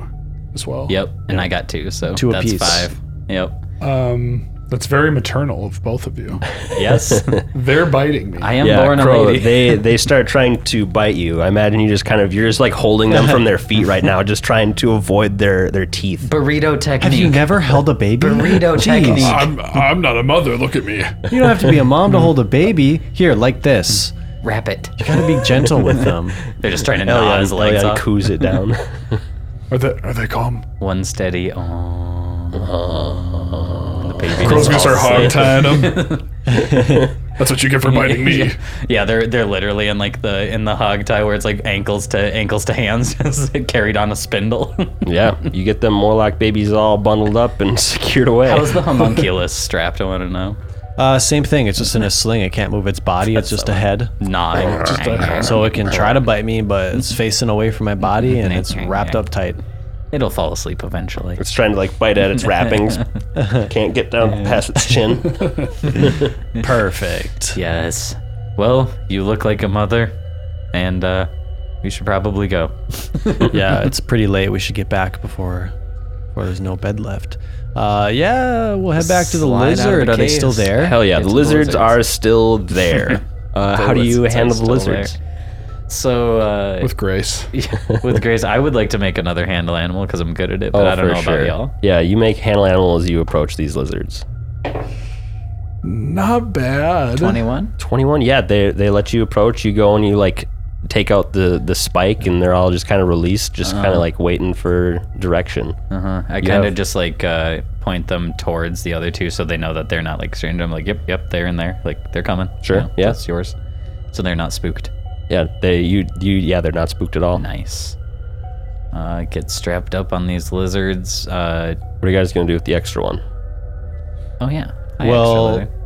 S2: as well.
S3: yep. And I got two, so
S5: Two
S3: that's
S5: apiece.
S3: five. Yep.
S2: Um, that's very maternal of both of you.
S3: Yes.
S2: [laughs] They're biting me.
S3: I am born
S1: Crow,
S3: a
S1: [laughs]
S3: lady.
S1: They they start trying to bite you. I imagine you just kind of you're just like holding them from their feet right now, just trying to avoid their their teeth.
S3: Burrito technique.
S5: Have you never held a baby?
S3: Burrito technique.
S2: I'm, I'm not a mother. Look at me.
S5: You don't have to be a mom to hold a baby. Here, like this.
S3: Wrap it.
S5: You gotta be gentle with them.
S1: [laughs]
S3: They're just trying to gnaw his legs
S1: Elion
S3: off.
S1: coos it
S3: [laughs]
S1: down.
S2: Are they are they calm?
S3: One steady. Oh. The baby
S2: Crow's
S3: just
S2: gonna start
S3: falls
S2: hog tying
S3: asleep.
S2: them.
S3: [laughs]
S2: That's what you get for biting me.
S3: Yeah, they're they're literally in like the in the hog tie where it's like ankles to ankles to hands, [laughs] just carried on a spindle. [laughs]
S1: yeah, you get them Morlock babies all bundled up and [laughs] secured away.
S5: [laughs]
S3: How's the homunculus strapped? I want to know.
S5: Uh, same thing. It's just in a sling. It can't move its body. It's just a head.
S3: Gnawing.
S5: [laughs] So it can try to bite me, but it's facing away from my body and it's wrapped
S3: [laughs]
S5: up tight.
S3: It'll fall asleep eventually.
S1: it's trying to like bite at its
S3: [laughs]
S1: wrappings. Can't get down past its chin.
S5: Perfect.
S3: Yes. Well, you look like a mother, and uh, we should probably go.
S5: Yeah, it's pretty late. We should get back before, before there's no bed left. Uh, yeah, we'll head back to the
S3: Slide out of
S5: lizard.
S3: the
S5: Are they still
S3: caves.
S5: there?
S1: Hell Oh, yeah,
S3: Get
S1: the
S3: to the
S1: lizards,
S3: lizards.
S1: are still
S3: [laughs]
S1: there. uh, how do you
S3: lizards are
S1: handle the
S3: still
S1: lizards?
S3: So uh,
S2: with grace.
S3: with Grace, I would like to make another handle animal because I'm good at it, but I don't know about y'all.
S1: Oh, Yeah, you make handle animal as you approach these lizards.
S2: Not bad.
S3: 21?
S1: 21 yeah they they let you approach you go and you like take out the the spike and they're all just kind of released just kind of like waiting for direction
S3: Uh-huh. I kind
S1: have-
S3: of just like uh, point them towards the other two so they know that they're not like stranger. I'm like, yep, yep, they're in there. Like they're coming.
S1: Sure, yeah.
S3: That's yours. So they're not spooked.
S1: yeah they you you yeah they're not spooked at all
S3: Nice. Uh, get strapped up on these lizards. Uh,
S1: what are you guys gonna do with the extra one
S3: oh yeah. I
S5: Well,
S3: actually-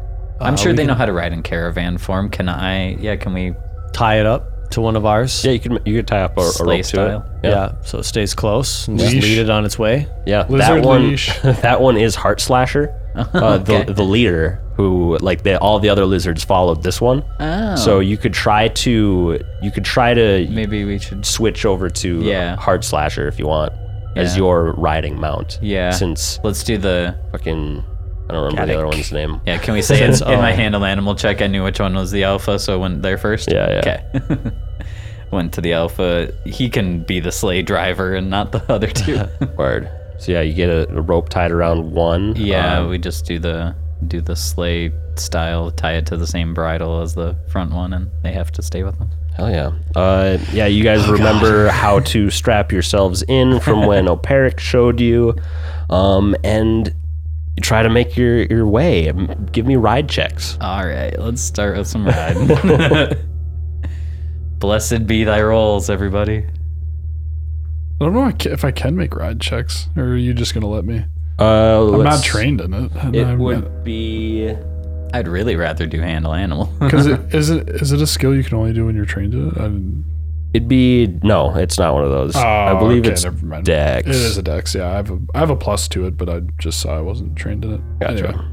S3: I'm
S5: uh,
S3: sure
S5: we
S3: they know
S5: can-
S3: how to ride in caravan form. Can I? Yeah. Can we?
S5: Tie it up to one of ours.
S1: yeah you could you could tie up a, a
S3: Sleigh
S1: rope
S3: style.
S1: to it
S5: Yeah, so it stays close and
S2: Leash.
S5: just lead it on its way.
S1: yeah
S2: Lizard
S1: that one
S2: leash.
S1: [laughs] that one is heart
S3: [laughs]
S1: slasher uh, the,
S3: Okay.
S1: the leader who like the, all the other lizards followed this one
S3: Oh.
S1: so you could try to you could try to
S3: maybe we should.
S1: switch over to
S3: Yeah.
S1: Heart Slasher if you want as
S3: Yeah.
S1: your riding mount.
S3: Yeah.
S1: Since
S3: Let's do the
S1: fucking I don't remember the other one's name.
S3: Yeah, can we
S1: [laughs]
S3: say it's in my handle animal check? I knew which one was the alpha, so I went there first.
S1: Yeah, yeah.
S3: Okay. [laughs] went to the alpha. He can be the sleigh driver and not the other two.
S1: [laughs] Word. So yeah, you get a, a rope tied around one.
S3: yeah,
S1: um,
S3: we just do the do the sleigh style, tie it to the same bridle as the front one, and they have to stay with them.
S1: hell yeah. Uh, yeah, you
S3: Oh,
S1: guys
S3: [laughs]
S1: remember how to strap yourselves in from when Operic showed you, um, and you try to make your your way. M- Give me ride checks.
S3: All right, let's start with
S1: [laughs]
S3: some riding. Blessed be thy rolls, everybody.
S2: I don't know if I can make ride checks, or are you just gonna let me?
S1: Uh,
S2: I'm
S1: let's-
S2: not trained in it. and
S1: It
S2: I'm not-
S1: would be.
S3: I'd really rather do handle animal. [laughs]
S1: [laughs]
S2: Because it, is it is it a skill you can only do when you're trained in it? I didn't,
S1: It'd be no. It's not one of those. I
S2: Oh,
S1: believe
S2: okay,
S1: it's
S2: never mind.
S1: Dex.
S2: It is a dex. Yeah, I have a I have a plus to it, but I just saw I wasn't trained in it.
S1: Gotcha.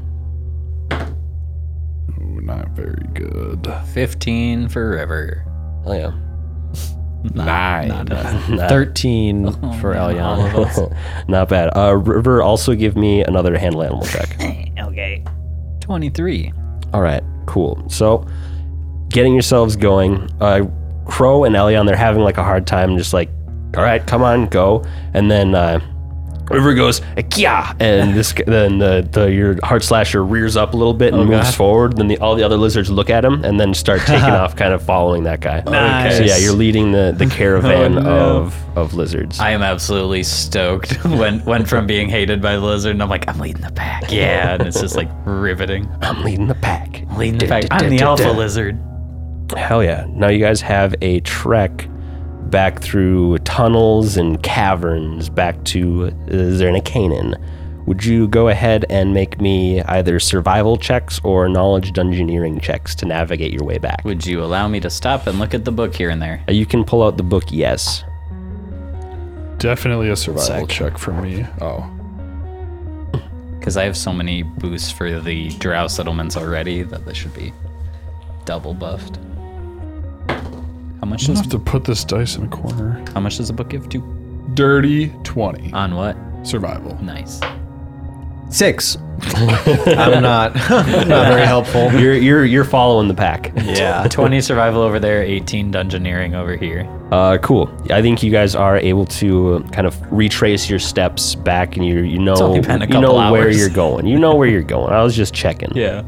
S2: Ooh, not very good.
S3: Fifteen forever.
S1: Oh yeah.
S2: Nine.
S1: [laughs]
S5: Thirteen
S3: Oh,
S5: for
S3: All
S5: Eliana.
S3: of us.
S1: Not bad. Uh, River, also give me another handle animal check.
S4: Okay.
S3: 23.
S1: All right, cool. So, getting yourselves going. Uh, Crow and Elion, they're having like a hard time, just like, all right, come on, go. And then uh, River goes, "Kia!" and this, then the, the your heart slasher rears up a little bit and
S3: Oh,
S1: moves forward. Then the, all the other lizards look at him and then
S3: [laughs]
S1: start taking off, kind of following that guy.
S3: Nice. Oh,
S1: So yeah, you're leading the,
S3: [laughs]
S1: the caravan of of lizards.
S3: I am absolutely stoked. [laughs] went went from being hated by the lizard, and I'm like, I'm leading the pack. Yeah, and it's just like riveting.
S1: I'm leading the pack.
S3: Leading the pack. I'm the alpha lizard.
S1: Hell yeah. Now you guys have a trek back through tunnels and caverns back to Zernicanan. Would you go ahead and make me either survival checks or knowledge dungeoneering checks to navigate your way back?
S3: Would you allow me to stop and look at the book here and there?
S1: Uh, You can pull out the book, yes.
S3: [laughs]
S2: Definitely a survival check for me. Oh,
S3: Because I have so many boosts for the drow settlements already that this should be double buffed. How much
S2: just
S3: does
S2: have to put this dice in a corner.
S3: how much does the book give to?
S2: Dirty twenty
S1: Uh,
S3: On what?
S2: survival.
S3: Nice.
S5: [laughs] Six. I'm not. I'm not very helpful.
S1: [laughs] You're you're you're following the pack.
S3: [laughs]
S5: Yeah.
S3: 20 survival over there, 18 dungeoneering over here.
S1: Uh, cool. I think you guys are able to uh, kind of retrace your steps back, and you you know
S3: only been a
S1: you know
S3: couple
S1: where
S3: hours.
S1: you're going. You know where you're going. I was just checking.
S3: [laughs] Yeah.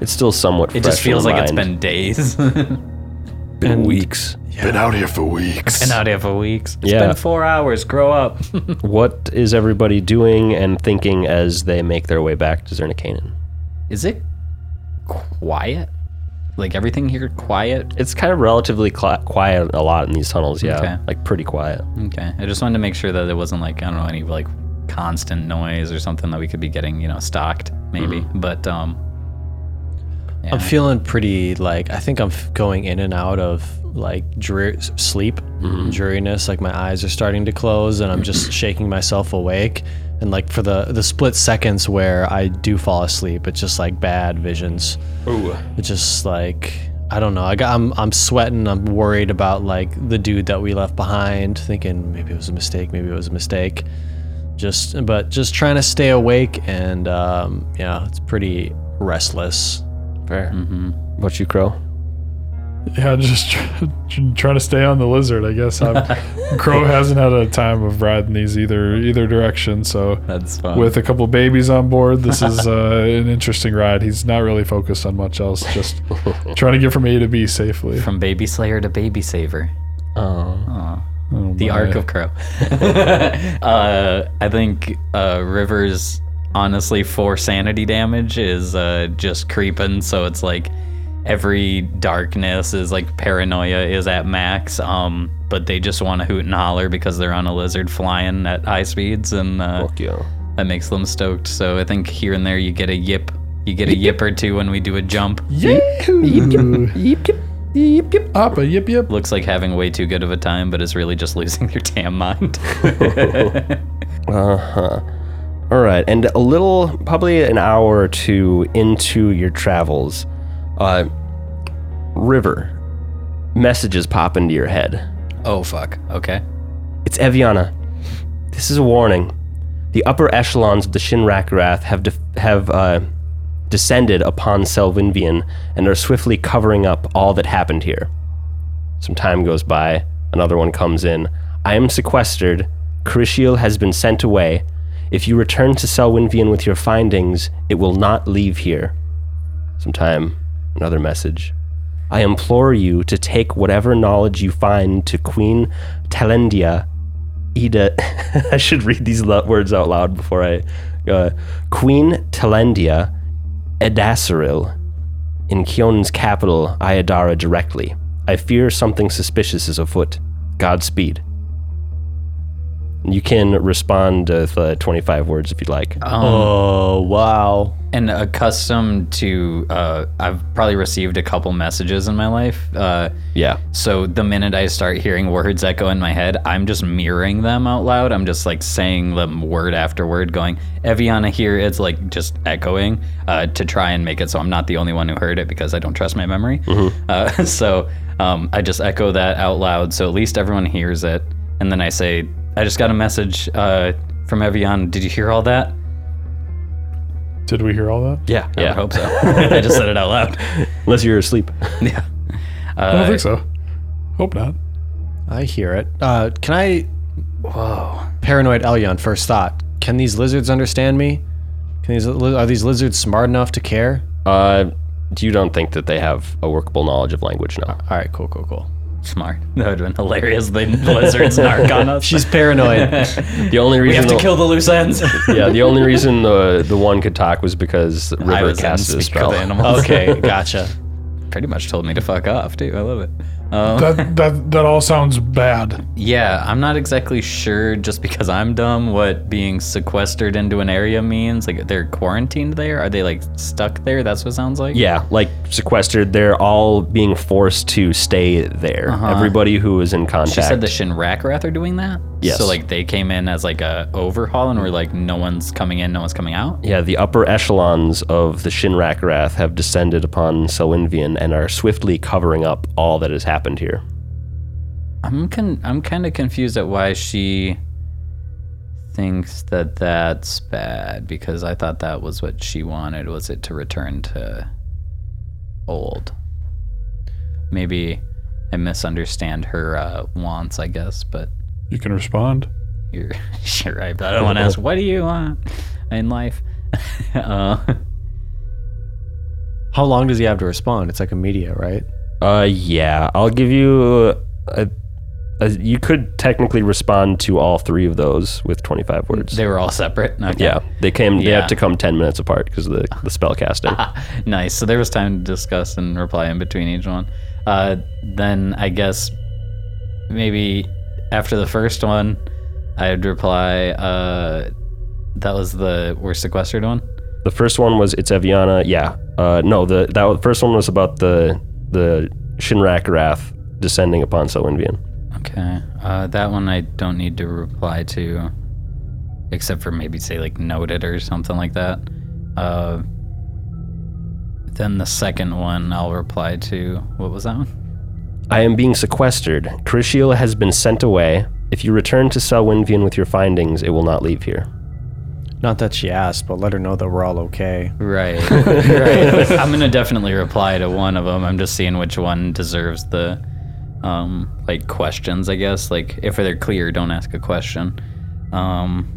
S1: It's still somewhat.
S3: It just feels like it's been days. [laughs]
S1: been weeks.
S2: Been out here for weeks.
S3: Been out here for weeks. It's
S1: Yeah.
S3: been four hours. Grow up. [laughs]
S1: What is everybody doing and thinking as they make their way back to Zernicanan?
S3: Is it quiet? Like everything here quiet?
S1: It's kind of relatively cli quiet a lot in these tunnels, yeah.
S3: Okay.
S1: Like pretty quiet.
S3: Okay. I just wanted to make sure that there wasn't like I don't know any like constant noise or something that we could be getting you know stalked maybe.
S2: Mm-hmm.
S3: But um,
S5: I'm feeling pretty like I think I'm f- going in and out of like drear s- sleep, dreariness. Like my eyes are starting to close, and I'm just shaking myself awake. And like for the the split seconds where I do fall asleep, it's just like bad visions.
S1: Ooh.
S5: It's just like I don't know. I got, I'm I'm sweating. I'm worried about like the dude that we left behind, thinking maybe it was a mistake. Maybe it was a mistake. Just but just trying to stay awake and um, yeah, it's pretty restless.
S1: Fair. What you crow?
S2: Yeah, just try, trying to stay on the lizard. I guess I'm, Crow hasn't had a time of riding these either either direction. So
S3: That's fun.
S2: with a couple babies on board, this is uh, an interesting ride. He's not really focused on much else, just trying to get from A to B safely.
S3: From Baby Slayer to Baby Saver.
S1: Oh,
S2: Oh
S3: The
S2: my.
S3: Arc of Crow. [laughs] uh, I think uh, Rivers, honestly, for sanity damage, is uh, just creeping. So it's like every darkness is like paranoia is at max. Um, but they just want to hoot and holler because they're on a lizard flying at high speeds, and uh,
S1: fuck you.
S3: that makes them stoked. So I think here and there you get a yip. You get a yip or two when we do a jump.
S2: Yee-hoo.
S1: Yip, yip, yip, yip.
S2: Up a yip yip.
S3: Looks like having way too good of a time, but it's really just losing [laughs] your damn mind.
S1: All right, and a little, probably an hour or two into your travels, uh, River, messages pop into your head.
S3: oh fuck. Okay.
S1: It's Eviana. This is a warning. The upper echelons of the Shinrakrath have def- have uh, descended upon Selvinvian and are swiftly covering up all that happened here. Some time goes by. Another one comes in. I am sequestered. Carishiel has been sent away. If you return to Selwynvian with your findings, it will not leave here. Sometime, another message. I implore you to take whatever knowledge you find to Queen Talendia. Ida. [laughs] I should read these lo- words out loud before I. Uh, Queen Talendia Edasiril in Kion's capital, Ayadara, directly. I fear something suspicious is afoot. Godspeed. You can respond with uh, 25 words if you'd like.
S3: Um,
S5: Oh wow.
S3: and accustomed to uh, i've probably received a couple messages in my life uh,
S1: yeah.
S3: so the minute i start hearing words echo in my head i'm just mirroring them out loud i'm just like saying them word after word going eviana here it's like just echoing uh, to try and make it so i'm not the only one who heard it because i don't trust my memory uh, [laughs] so um, i just echo that out loud so at least everyone hears it and then i say i just got a message uh, from eviana did you hear all that
S2: Did we hear all that?
S1: Yeah.
S3: I would hope so. [laughs] I just said it out loud.
S1: [laughs] Unless you're asleep.
S3: [laughs] Yeah.
S2: I don't
S3: Uh,
S2: think so. Hope not.
S5: I hear it. Uh, can I? Whoa. Paranoid Elyon. First thought. Can these lizards understand me? Can these li- are these lizards smart enough to care?
S1: Uh, you don't think that they have a workable knowledge of language
S3: [laughs]
S1: now.
S5: All right. Cool. Cool. Cool.
S3: smart. That would have been hilarious. [laughs] The lizards narc on us. [laughs]
S5: She's paranoid.
S1: The only
S3: we
S1: reason
S3: have to
S1: the-
S3: kill the loose [laughs] ends.
S1: Yeah, the only reason the the one could talk was because
S3: I
S1: [laughs] River
S3: was
S1: cast
S3: in
S1: this
S3: speak with
S1: spell.
S3: [laughs] animals.
S5: okay. Gotcha.
S3: Pretty much told me to fuck off too. I love it. Um,
S2: That that that all sounds bad.
S3: yeah, I'm not exactly sure just because I'm dumb what being sequestered into an area means. Like they're quarantined there. Are they like stuck there? That's what it sounds like.
S1: [laughs] Yeah, like sequestered. They're all being forced to stay there. Everybody who is in contact.
S3: She said the Shinrakrath are doing that.
S1: Yes.
S3: So like they came in as like a overhaul and we're like, no one's coming in, no one's coming out.
S1: yeah, the upper echelons of the Shinrakrath have descended upon Selwynvian and are swiftly covering up all that has happened here.
S3: I'm con- I'm kind of confused at why she thinks that that's bad because I thought that was what she wanted was it to return to old. Maybe I misunderstand her uh, wants, I guess, but
S2: You can respond.
S3: you're [laughs] sure right. But I don't want to ask what do you want in life. [laughs] uh,
S5: How long does he have to respond? It's like immediate, right?
S1: Uh, yeah, I'll give you. A, a, you could technically respond to all three of those with twenty five words.
S3: they were all separate. Okay.
S1: yeah, they came. They
S3: Yeah.
S1: have to come ten minutes apart because of the the spell casting.
S3: [laughs] nice. So there was time to discuss and reply in between each one. Uh, then I guess maybe after the first one, I'd reply. Uh, that was the we're sequestered one.
S1: The first one was it's Eviana. Yeah. Uh, no, the that was- first one was about the the Shinrak Wrath descending upon Selwynvian.
S3: Okay. Uh, that one I don't need to reply to, except for maybe say like noted or something like that. Uh, then the second one I'll reply to. What was that one?
S1: I am being sequestered. Crishiel has been sent away. If you return to Selwynvian with your findings, it will not leave here.
S5: Not that she asked, but let her know that we're all okay.
S3: [laughs] Right. right. I'm gonna definitely reply to one of them. I'm just seeing which one deserves the um like questions, I guess. Like if they're clear, don't ask a question. Um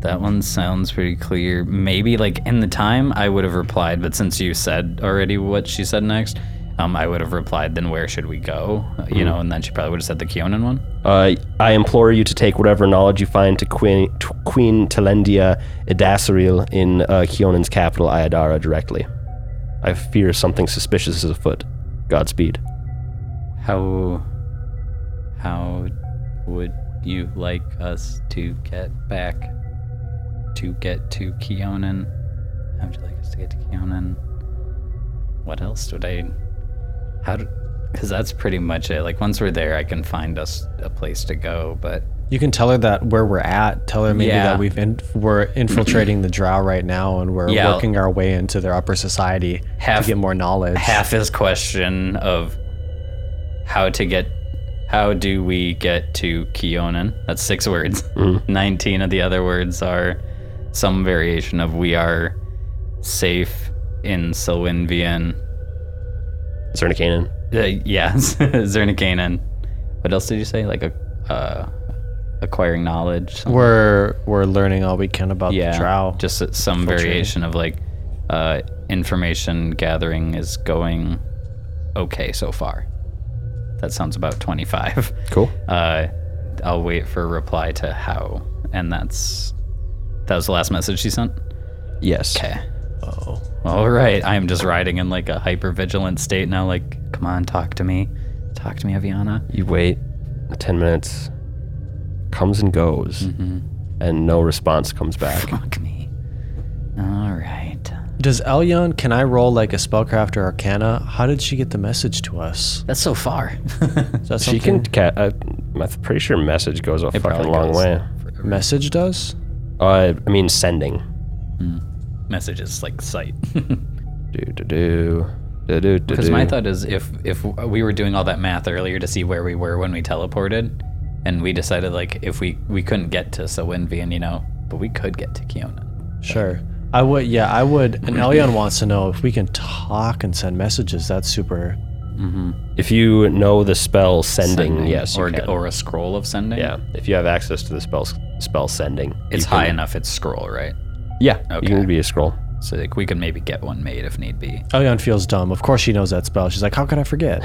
S3: that one sounds pretty clear. Maybe like in the time I would have replied, but since you said already what she said next, um, I would have replied, then where should we go? You know, and then she probably would have said the Keonan one.
S1: Uh, I implore you to take whatever knowledge you find to Queen, to Queen Telendia Edasiril in uh, Keonan's capital, Ayadara, directly. I fear something suspicious is afoot. Godspeed.
S3: How how would you like us to get back to get to Keonan? How would you like us to get to Keonan? What else would I how do because that's pretty much it. Like once we're there I can find us a place to go, but
S5: You can tell her that where we're at. Tell her maybe
S3: Yeah.
S5: that we've in, we're infiltrating the Drow right now, and we're
S3: Yeah.
S5: working our way into their upper society
S3: Half-
S5: to get more knowledge.
S3: half his question of how to get how do we get to Keonan? That's six words. [laughs] Nineteen of the other words are some variation of we are safe in Silwynvian.
S1: Cernikanan.
S3: Uh, [laughs] yes, Zernikanan. What else did you say? Like a uh, acquiring knowledge. something?
S5: We're we're learning all we can about
S3: yeah,
S5: the Drow.
S3: just s- some variation of like uh, information gathering is going okay so far. That sounds about twenty-five.
S1: Cool.
S3: [laughs] Uh, I'll wait for a reply to how, and that's that was the last message she sent.
S1: Yes.
S3: Okay. Oh. All right. I am just riding in like a hyper vigilant state now. Like, come on, talk to me, talk to me, Aviana.
S1: You wait. The 10 minutes comes and goes, and no response comes back.
S3: Hmm. Fuck me. All right.
S5: Does Elyon? Can I roll like a spellcraft or Arcana? How did she get the message to us?
S3: That's so far.
S5: Is that
S1: She
S5: something
S1: can. Ca- I, I'm pretty sure message goes a fucking
S3: probably
S1: long
S3: goes.
S1: way.
S5: message does?
S1: Uh, I mean, sending.
S3: Hmm. Messages like sight. [laughs]
S1: Do do do do do do.
S3: Because my thought is, if if we were doing all that math earlier to see where we were when we teleported, and we decided like if we we couldn't get to Sawinvian, you know, but we could get to Keona.
S5: Sure. I would. Yeah, I would. And Elyon wants to know if we can talk and send messages. That's super.
S3: Mm-hmm.
S1: If you know the spell sending,
S3: Sending,
S1: yes, you
S3: or
S1: can.
S3: or a scroll of sending.
S1: yeah. If you have access to the spell spell sending,
S3: it's
S1: you can-
S3: high enough. It's scroll, right?
S1: Yeah,
S3: Okay.
S1: you can be a
S3: [laughs]
S1: scroll. [laughs]
S3: So like we could maybe get one made if need be.
S5: Elyon feels dumb. Of course she knows that spell. She's like, how could
S3: [laughs]
S5: I forget?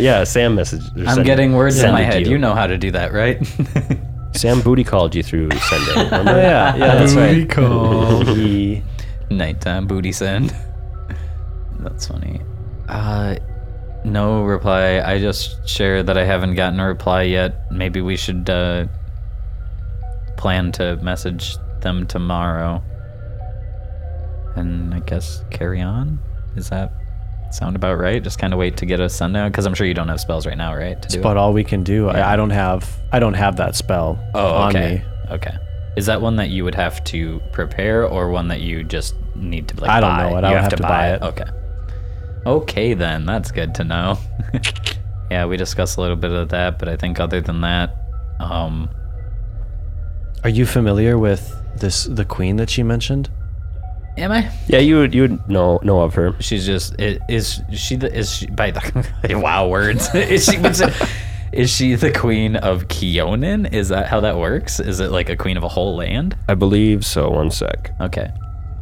S1: yeah, Sam message. or
S3: I'm
S1: send-
S3: getting words in
S1: send
S3: my
S1: it to
S3: head. You.
S1: You.
S3: know how to do that, right? [laughs]
S1: Sam booty called you through sending. Remember?
S5: yeah,
S3: [laughs]
S5: yeah, that's
S2: Booty
S5: right.
S2: call.
S5: [laughs] He-
S3: Nighttime booty send. [laughs] That's funny. Uh, no reply. I just share that I haven't gotten a reply yet. Maybe we should uh, plan to message them tomorrow. And I guess carry on. Is that sound about right? Just kind of wait to get a sundown because I'm sure you don't have spells right now, right? To do it?
S5: but all we can do, I, I don't have, I don't have that spell
S3: Oh,
S5: on
S3: okay.
S5: me.
S3: Okay. Is that one that you would have to prepare, or one that you just need to like?
S5: I don't
S3: buy?
S5: know it. I
S3: You
S5: would have to buy it.
S3: Okay. Okay, then that's good to know. [laughs] yeah, we discussed a little bit of that, but I think other than that, um,
S5: Are you familiar with this, the queen that she mentioned?
S3: am I?
S1: Yeah, you would you would know know of her.
S3: She's just i- is she the is she by the [laughs] wow words is she what's it- is she the queen of Keonan? Is that how that works? Is it like a queen of a whole land?
S1: I believe so. One sec.
S3: Okay.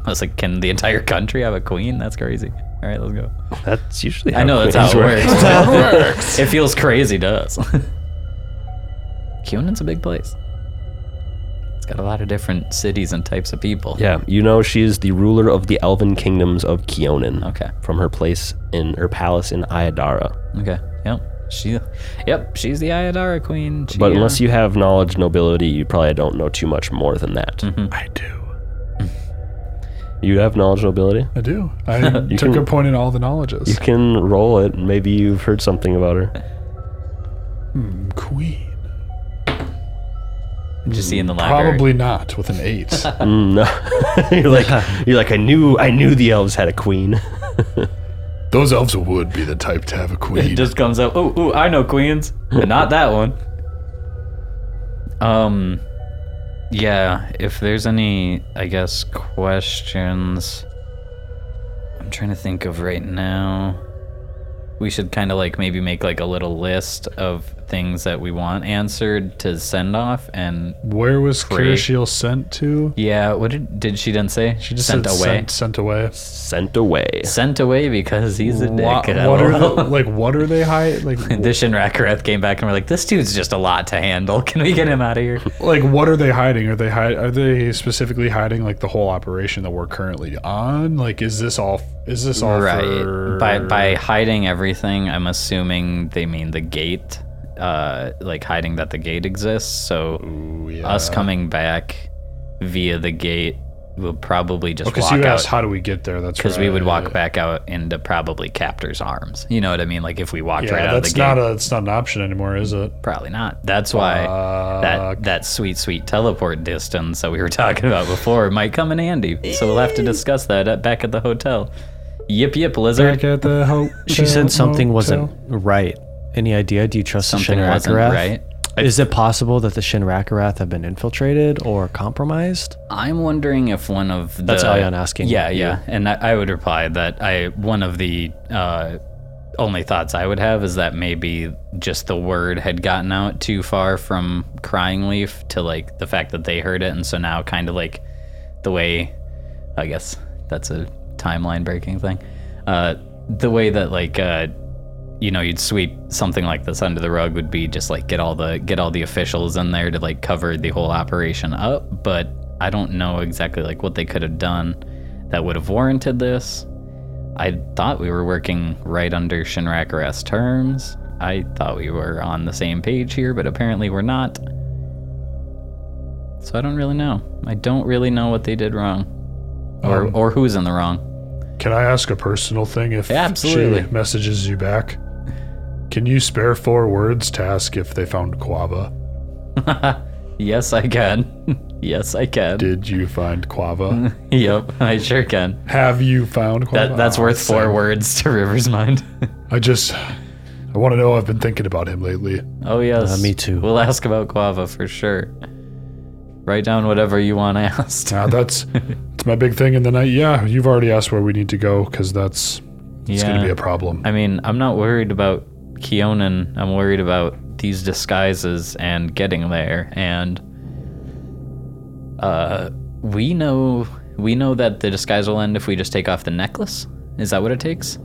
S3: I was like, can the entire country have a queen? That's crazy. All right, let's go.
S1: That's usually. How
S3: I know that's
S1: queens
S3: how it
S1: work. [laughs]
S3: works. [laughs] it feels crazy to us. [laughs] Keonan's a big place. It's got a lot of different cities and types of people.
S1: Yeah, you know she is the ruler of the elven kingdoms of Keonan.
S3: Okay.
S1: From her place in her palace in Ayadara.
S3: Okay. Yep. She. Yep. She's the Ayadara queen. She, uh,
S1: But unless you have knowledge nobility, you probably don't know too much more than that.
S3: Mm-hmm.
S2: I do.
S1: You have knowledge nobility?
S2: I do. I took
S1: can-
S2: a point in all the knowledges.
S1: You can roll it. and Maybe you've heard something about
S3: [laughs]
S1: her.
S2: Queen.
S3: Did you see in the library?
S2: Probably not with an eight.
S3: [laughs]
S1: Mm, no. [laughs] you're like you're like I knew I knew the elves had a queen. [laughs]
S2: Those elves would be the type to have a
S3: It
S2: queen. [laughs]
S3: just comes up. Oh, ooh, I know queens, but not that one. Um, yeah. If there's any, I guess questions. I'm trying to think of right now. We should kind of like maybe make like a little list of things that we want answered to send off, and
S2: Where was
S3: Free.
S2: Kirishiel sent to?
S3: yeah, what did, did she didn't say?
S2: She just
S3: sent
S2: said
S3: away.
S2: Sent, sent away.
S1: Sent away.
S3: Sent away because he's a dick.
S2: Wha- What, are
S3: [laughs]
S2: the, like? What are they hiding? Like,
S3: Dish and Rakareth came back and were like, "This dude's just a lot to handle. Can we get him out of here?"
S2: like what are they hiding? Are they hide? Are they specifically hiding like the whole operation that we're currently on? Like, is this all? Is this all for-
S3: By by hiding everything, I'm assuming they mean the gate, uh, like hiding that the gate exists. So
S2: Ooh, yeah.
S3: us coming back via the gate will probably just
S2: Because
S3: walk
S2: Oh, you
S3: out
S2: asked, how do we get there? That's
S3: because we would
S2: right.
S3: walk back out into probably Captor's arms. You know what I mean? Like if we walked
S2: Yeah,
S3: right out of
S2: that's
S3: the gate,
S2: not a. It's not an option anymore, is it? Uh,
S3: probably not. That's why. that that sweet sweet teleport distance that we were [laughs] talking about before might come in handy. So we'll have
S2: Eh.
S3: to discuss that at, back at the hotel. Yip yip lizard.
S2: Back at the ho-
S5: She said something
S2: motel.
S5: wasn't right. Any idea? Do you trust
S3: Something
S5: the
S3: wasn't
S5: Shinrakarath?
S3: right.
S5: Is it possible that the Shinrakarath have been infiltrated or compromised?
S3: I'm wondering if one of the
S5: That's Ayan asking
S3: Yeah,
S5: you.
S3: yeah, and I, I would reply that I one of the uh, only thoughts I would have is that maybe just the word had gotten out too far from Crying Leaf to like the fact that they heard it, and so now kind of like the way I guess that's a timeline breaking thing. Uh, the way that like uh, you know you'd sweep something like this under the rug would be just like get all the get all the officials in there to like cover the whole operation up. But I don't know exactly like what they could have done that would have warranted this. I thought we were working right under Shinrakar's terms. I thought we were on the same page here, but apparently we're not. So I don't really know. I don't really know what they did wrong, or or who's in the wrong.
S2: Can I ask a personal thing if
S3: Absolutely.
S2: she messages you back? Can you spare four words to ask if they found Quava?
S3: Yes, I can. [laughs] yes, I can.
S2: Did you find
S3: [laughs]
S2: Quava?
S3: Yep, I sure can.
S2: Have you found Quava?
S3: That that's
S2: Oh,
S3: worth
S2: it's
S3: four
S2: sad.
S3: words to River's mind. [laughs]
S2: I just, I want to know. I've been thinking about him
S3: [laughs]
S2: lately.
S3: oh yes,
S5: me too.
S3: We'll ask about guava for sure. Write down whatever you want [laughs] asked.
S2: Now that's, it's my big thing in the night. Yeah, you've already asked where we need to go because that's it's going
S3: Yeah.
S2: to be a problem.
S3: I mean, I'm not worried about Keonan. I'm worried about these disguises and getting there. And uh, we know we know that the disguise will end if we just take off the necklace. Is that what it takes?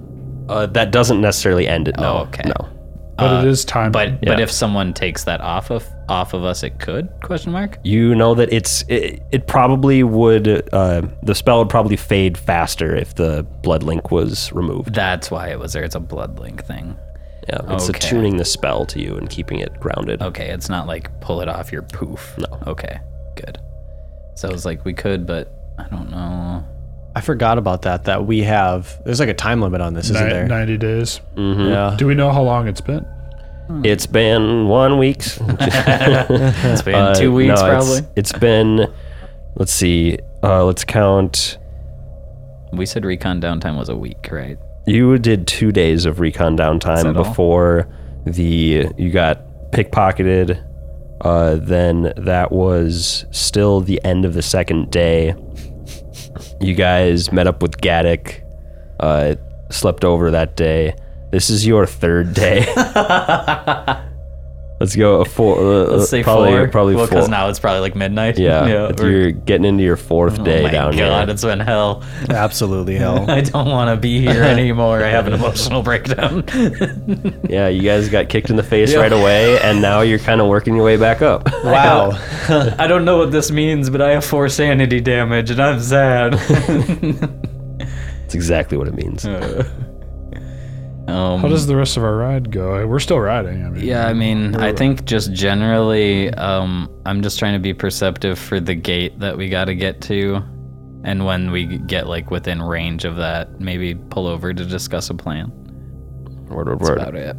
S1: Uh, that doesn't necessarily end it. No.
S3: Oh, okay.
S1: No.
S2: but it is time.
S3: But but
S1: Yeah.
S3: if someone takes that off of off of us, it could question mark.
S1: You know that it's it, it probably would uh, the spell would probably fade faster if the blood link was removed.
S3: That's why it was there. It's a blood link thing.
S1: Yeah, it's
S3: Okay.
S1: attuning the spell to you and keeping it grounded.
S3: Okay, it's not like pull it off your poof.
S1: No.
S3: Okay, good. So I was like, we could, but I don't
S1: [laughs]
S3: know.
S5: I forgot about that. That we have. There's like a time limit on this, isn't
S2: Ni-
S5: there?
S2: ninety days.
S3: Uh-huh.
S2: [laughs]
S5: Yeah.
S2: Do we know how long it's been?
S1: It's been one
S3: [laughs]
S1: week. [laughs]
S3: It's been
S1: Uh,
S3: two weeks
S1: no,
S3: probably.
S1: it's- it's been. Let's see. Uh, let's count.
S3: We said recon downtime was a week, right?
S1: You did two days of recon downtime
S3: that all?
S1: before the you got pickpocketed. Uh, then that was still the end of the second day. You guys met up with Gaddick. Uh, slept over that day. This is your third
S3: [laughs]
S1: day. Let's go a four. Uh,
S3: Let's say
S1: probably,
S3: four.
S1: Probably
S3: well,
S1: four.
S3: because now it's probably like midnight. [laughs]
S1: yeah,
S3: or-
S1: you're getting into your fourth day
S3: oh my
S1: down
S3: God,
S1: here.
S3: it's
S1: [laughs]
S3: been hell.
S5: Absolutely
S3: [laughs]
S5: hell.
S3: I don't want to be here anymore. I have an
S1: [laughs]
S3: emotional breakdown.
S1: Yeah, you guys got kicked in the face
S3: Yeah.
S1: right away, and now you're kind of working your way back up.
S5: Wow.
S3: [laughs] I don't know what this means, but I have four sanity damage, and I'm sad.
S1: [laughs] That's exactly what it means.
S3: [laughs] um,
S2: How does the rest of our ride go? We're still riding. I mean,
S3: Yeah, I mean, I think just generally, um, I'm just trying to be perceptive for the gate that we got to get to, and when we get like within range of that, maybe pull over to discuss a plan.
S1: Word, word, word.
S3: About it.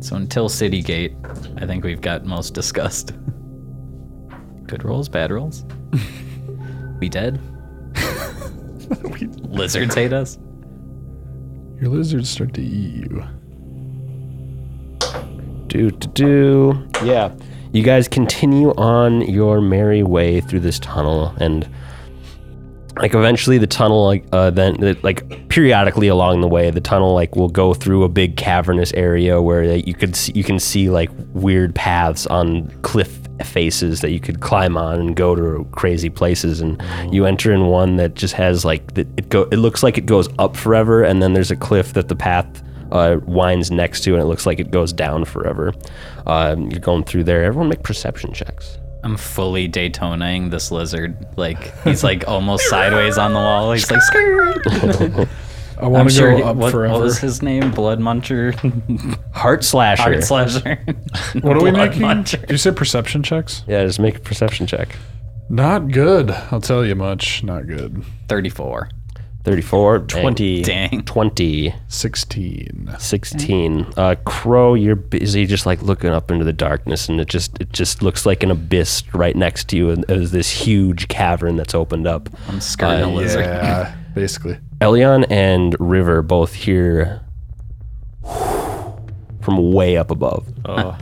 S3: So until city gate, I think we've got most discussed. [laughs] Good rolls,
S2: [laughs]
S3: bad rolls. we dead. Lizards hate us.
S2: your lizards start to eat you.
S1: Do do do. Yeah, You guys continue on your merry way through this tunnel, and like eventually the tunnel, like uh, then it, like periodically along the way, the tunnel like will go through a big cavernous area where that you could see, you can see like weird paths on cliff faces that you could climb on and go to crazy places and you enter in one that just has like that it go it looks like it goes up forever and then there's a cliff that the path uh, winds next to, and it looks like it goes down forever. Um, you're going through there. Everyone make perception checks.
S3: I'm fully Daytonaing this lizard. Like he's like almost sideways on the wall. He's like,
S2: I
S3: I'm
S2: want to
S3: sure.
S2: go up
S3: what,
S2: forever.
S3: what was his name? Blood Muncher,
S1: [laughs]
S3: [laughs]
S1: Heart slasher.
S3: Heart Slasher.
S2: [laughs] What are
S3: [laughs]
S2: we
S3: Blood
S2: making?
S3: Muncher.
S2: Did you say perception checks?
S1: yeah, just make a perception check.
S2: Not good. I'll tell you much. Not good.
S3: Thirty-four.
S1: 34, dang,
S5: Twenty.
S3: Dang.
S1: 20,
S3: [laughs]
S2: 16.
S1: 16. Uh, Crow, you're busy just like looking up into the darkness, and it just it just looks like an abyss right next to you, and there's this huge cavern that's opened up.
S3: I'm skirting
S2: Uh,
S3: a lizard.
S2: Yeah, basically.
S1: Elion and River both hear [sighs] from way up above.
S3: Uh,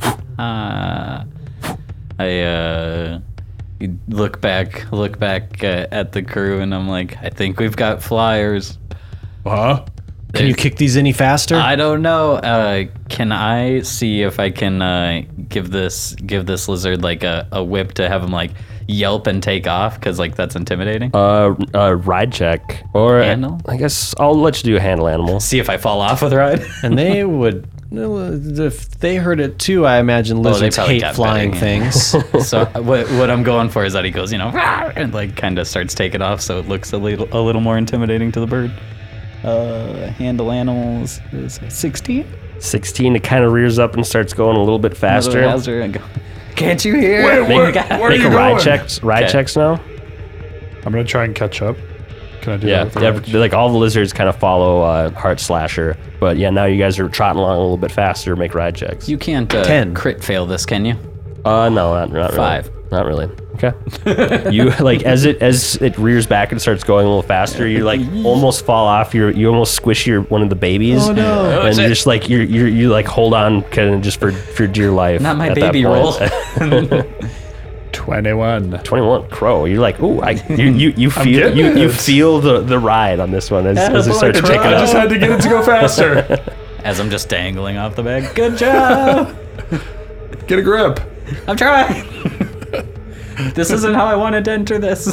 S3: I uh, look back, look back uh, at the crew, and I'm like, I think we've got flyers.
S2: Huh?
S5: Can you kick these any faster?
S3: I don't know. Uh, can I see if I can uh, give this give this lizard like a, a whip to have him like yelp and take off? Cause like that's intimidating.
S1: Uh, uh, ride check or
S3: Handle?
S1: I guess I'll let you do handle animal.
S3: see if I fall off with ride.
S5: [laughs] and they would. If they heard it too, I imagine
S3: they
S5: lizards
S3: probably
S5: hate
S3: got
S5: flying
S3: better, yeah. [laughs]
S5: things.
S3: so what what I'm going for is that he goes, you know, "Rah!" and like kind of starts taking off, so it looks a little a little more intimidating to the bird. Uh, handle animals is 16.
S1: 16 it kind of rears up and starts going a little bit faster
S3: Hazard, and go, Can't you hear?
S1: make, [laughs]
S3: God.
S1: make
S2: you
S1: a ride
S2: going?
S1: checks ride
S3: Okay.
S1: checks now
S2: I'm going to try and catch up. Can I do
S1: yeah,
S2: that? with a
S1: yeah,
S2: ride?
S1: they're like all the lizards kind of follow uh, heart slasher but yeah now you guys are trotting along a little bit faster make ride checks
S3: You can't uh,
S5: Ten.
S3: crit fail this, can you?
S1: uh no not, not
S3: Five.
S1: really not really okay [laughs] you like as it as it rears back and starts going a little faster you
S3: [laughs]
S1: like almost fall off your you almost squish your one of the babies oh, no. and you're just like you're, you're you like hold on kind of just for for dear life
S3: Not my
S1: at that
S3: baby
S1: point.
S3: roll.
S1: [laughs]
S3: [laughs]
S2: 21.
S1: 21 crow you're like ooh i you you,
S3: [laughs]
S1: you feel
S2: getting
S1: you, you
S2: it.
S1: feel the the ride on this one as, as it starts
S2: I
S1: taking
S2: just
S1: up
S2: had to get it to
S3: [laughs]
S2: go faster.
S3: As I'm just dangling off the bag. Good job.
S2: get a grip.
S3: I'm trying. this isn't how I wanted to enter this.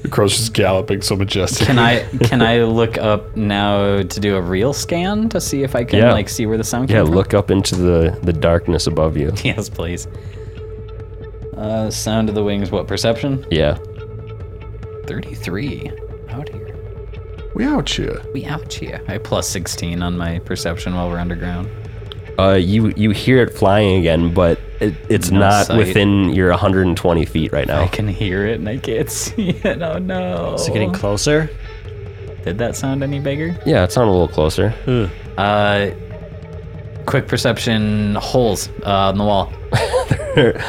S2: The crow's just galloping so majestically.
S3: Can I can I look up now to do a real scan to see if I can
S1: Yeah.
S3: like see where the sound came
S1: yeah
S3: from?
S1: look up into the the darkness above you
S3: [laughs] Yes, please. Uh, sound of the wings. What perception?
S1: yeah
S3: Thirty-three. Out here.
S2: We out here.
S3: We out here. I plus sixteen on my perception while we're underground.
S1: uh you you hear it flying again but it, it's
S3: No
S1: not
S3: sight.
S1: within your 120 feet right
S3: I
S1: now
S3: can hear it and I can't [laughs] see Oh. it. Oh no!
S5: Is it getting closer?
S3: Did that sound any bigger?
S1: [laughs] yeah it's not a little closer
S3: Uh, quick perception. Holes uh, on the wall.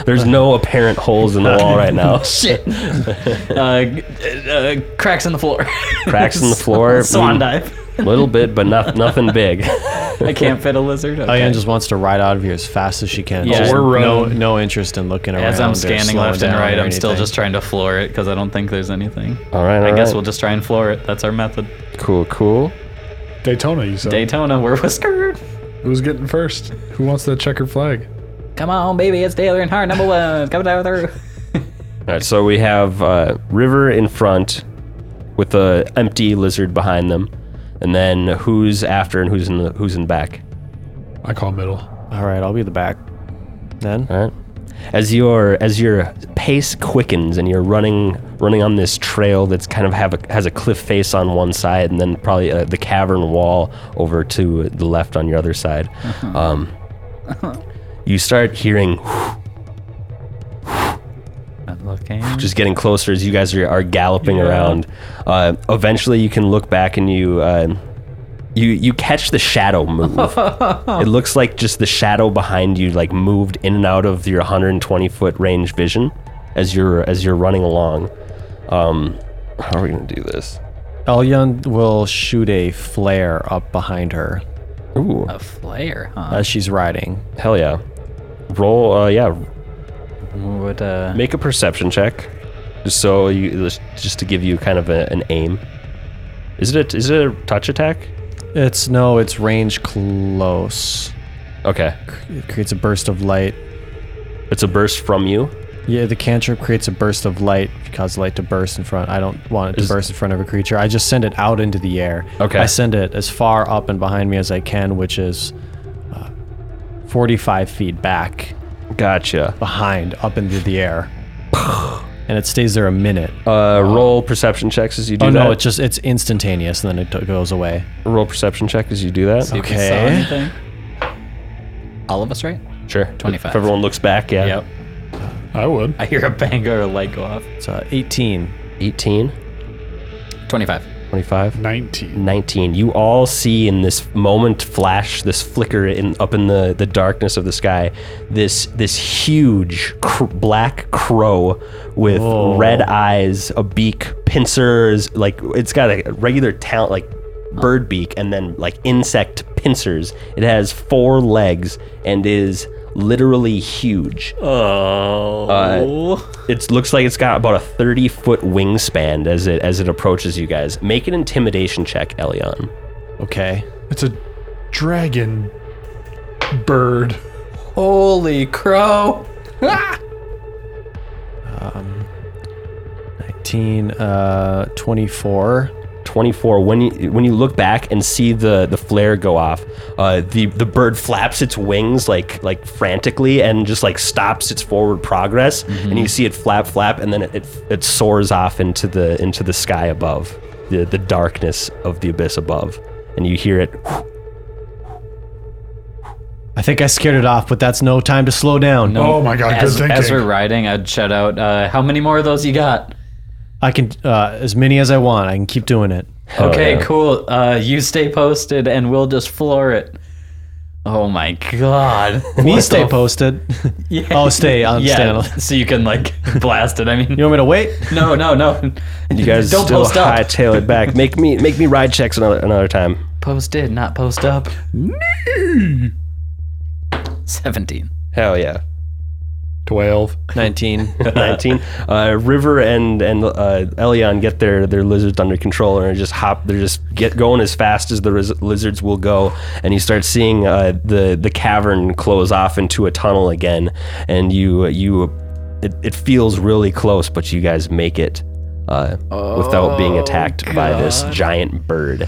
S1: there's no apparent holes in the wall right now [laughs]
S3: Shit. uh, uh, cracks in the floor.
S1: cracks
S3: [laughs]
S1: in the floor
S3: Swan
S1: mm,
S3: dive.
S1: little bit but not, nothing big [laughs]
S3: I can't fit a lizard. Okay.
S5: Diane Oh, just wants to ride out of here as fast as she can.
S3: Yeah.
S5: Just
S3: We're
S5: no,
S2: running.
S5: no interest in looking around.
S3: As
S5: or
S3: I'm scanning
S5: slowing
S3: left and
S5: down
S3: right,
S5: or
S3: I'm still
S5: anything.
S3: just trying to floor it because I don't think there's anything.
S1: all right
S3: I
S1: all
S3: guess
S1: right.
S3: we'll just try and floor it. That's our method.
S1: cool cool
S2: Daytona, you said.
S3: Daytona, we're whiskered.
S2: Who's getting first? Who wants that checkered flag?
S3: Come on, baby, it's Taylor and Hart, number one. Come down through.
S1: All right, so we have uh, River in front with a empty lizard behind them, and then who's after and who's in the who's in back.
S2: I call middle.
S5: All right, I'll be the back. Then
S1: All right. As your as your pace quickens and you're running running on this trail that's kind of have a, has a cliff face on one side and then probably uh, the cavern wall over to the left on your other side, [laughs] um, you start hearing
S3: Okay.
S1: just getting closer as you guys are, are galloping around. Uh, eventually, you can look back and you uh, you you catch the shadow move. it looks like just the shadow behind you like moved in and out of your 120 foot range vision as you're as you're running along. Um, how are we gonna do this?
S5: Elyon will shoot a flare up behind her
S1: Ooh,
S3: A flare, huh?
S5: as she's riding.
S1: hell yeah! Roll, uh, yeah.
S3: What? Uh,
S1: Make a perception check, just so you just to give you kind of a, an aim. Is it a, is it a touch attack?
S5: It's no, it's range close.
S1: Okay,
S5: It creates a burst of light.
S1: it's a burst from you.
S5: Yeah, the cantrip creates a burst of light, cause light to burst in front. I don't want it to
S1: Is-
S5: burst in front of a creature. I just send it out into the air.
S1: Okay.
S5: I send it as far up and behind me as I can, which is uh, 45 feet back,
S1: Gotcha.
S5: behind, up into
S1: [sighs]
S5: the air. and it stays there a minute.
S1: Uh, roll perception checks as you do
S5: oh
S1: that.
S5: no, it's just it's instantaneous, and then it t- goes away.
S1: roll perception check as you do that.
S3: see if we saw
S1: Eh?
S5: okay.
S3: anything. All of us, right?
S1: Sure.
S3: 25.
S1: If everyone looks back, yeah.
S2: I would.
S3: I hear a bang or a light go off.
S5: It's uh, 18.
S1: 18,
S3: 25.
S1: 25.
S2: 19.
S1: 19 you all see in this moment flash this flicker in up in the the darkness of the sky this this huge cr- black crow with red eyes a beak pincers like it's got a regular talent like bird beak and then like insect pincers it has four legs and is literally huge Uh,
S3: Oh.
S1: it looks like it's got about a 30 foot wingspan as it as it approaches you guys make an intimidation check elion
S5: Okay.
S2: It's a dragon bird.
S3: Holy crow. [laughs]
S5: 19, Um, uh, 24.
S1: 24 when you when you look back and see the the flare go off uh, the the bird flaps its wings like like frantically and just like stops its forward progress and you see it flap flap and then it, it it soars off into the into the sky above the the darkness of the abyss above and you hear it
S5: I think I scared it off, but that's no time to slow down.
S2: Oh my god,
S3: Um, As,
S2: good
S3: as
S2: thinking.
S3: we're riding, I'd shout out, uh, how many more of those you got?
S5: I can uh, as many as I want. I can keep doing it.
S3: Okay,
S1: Oh, yeah.
S3: cool. Uh, you stay posted and we'll just floor it. Oh my god.
S1: [laughs]
S3: [laughs]
S5: Me
S3: What
S5: stay
S3: the [laughs]
S5: posted. [laughs]
S3: Yeah.
S5: Oh, stay on
S3: Oh. yeah,
S5: stand.
S3: So you
S1: [laughs]
S3: can like blast it. I mean,
S5: You want me to wait?
S3: no, no, no.
S1: you guys
S3: [laughs] don't
S1: still
S3: post up.
S1: hightail it back make me make me ride checks another another time
S3: Posted, not
S1: [laughs]
S3: post up. Seventeen.
S1: hell yeah
S2: 12.
S3: [laughs]
S5: 19.
S1: [laughs] 19. Uh, River and and uh, Elyon get their their lizards under control and are just hop. They're just get going as fast as the riz- lizards will go. And you start seeing uh, the the cavern close off into a tunnel again. And you you it, it feels really close, but you guys make it. Uh, without being attacked by this giant bird.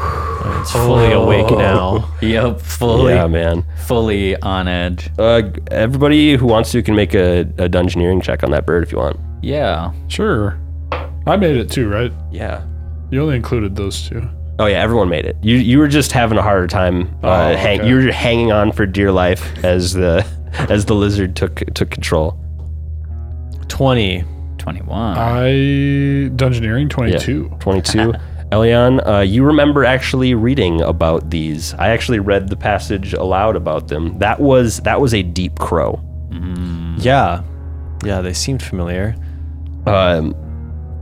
S5: It's fully awake now.
S3: Oh. Yep, fully,
S1: Yeah, man.
S3: fully on edge.
S1: Uh, g- everybody who wants to can make a, a dungeoneering check on that bird if you want.
S3: Yeah.
S2: Sure. I made it too, right?
S1: Yeah.
S2: You only included those two.
S1: Oh yeah, everyone made it. You you were just having a harder time. Uh,
S2: Oh,
S1: hang,
S2: okay.
S1: you were hanging on for dear life as the [laughs] as the lizard took took control.
S5: 20.
S3: Twenty-one.
S1: Uh,
S2: I. Dungeoneering 22.
S1: Twenty
S2: [laughs]
S1: two. Elion, uh, you remember actually reading about these? I actually read the passage aloud about them. That was that was a deep crow.
S5: Yeah. Yeah, they seemed familiar.
S1: um,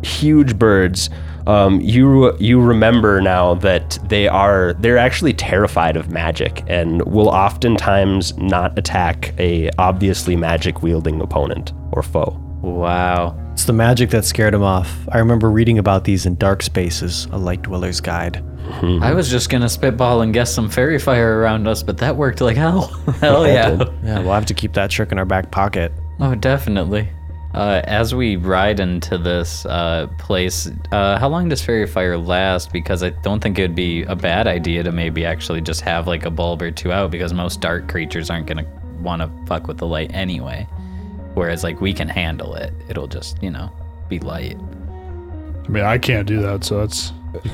S1: huge birds. Um, you you remember now that they are they're actually terrified of magic and will oftentimes not attack a obviously magic wielding opponent or foe.
S3: wow.
S5: It's the magic that scared him off. I remember reading about these in Dark Spaces, a Light Dweller's Guide.
S3: I was just gonna spitball and guess some fairy fire around us, but that worked like hell. [laughs] hell yeah.
S5: Yeah, we'll have to keep that trick in our back pocket.
S3: Oh, definitely. Uh, as we ride into this uh, place, uh, how long does Fairy Fire last? Because I don't think it would be a bad idea to maybe actually just have like a bulb or two out because most dark creatures aren't going to want to fuck with the light anyway. Whereas, like, we can handle it. It'll just, you know, be light.
S2: I mean, I can't do that, so that's.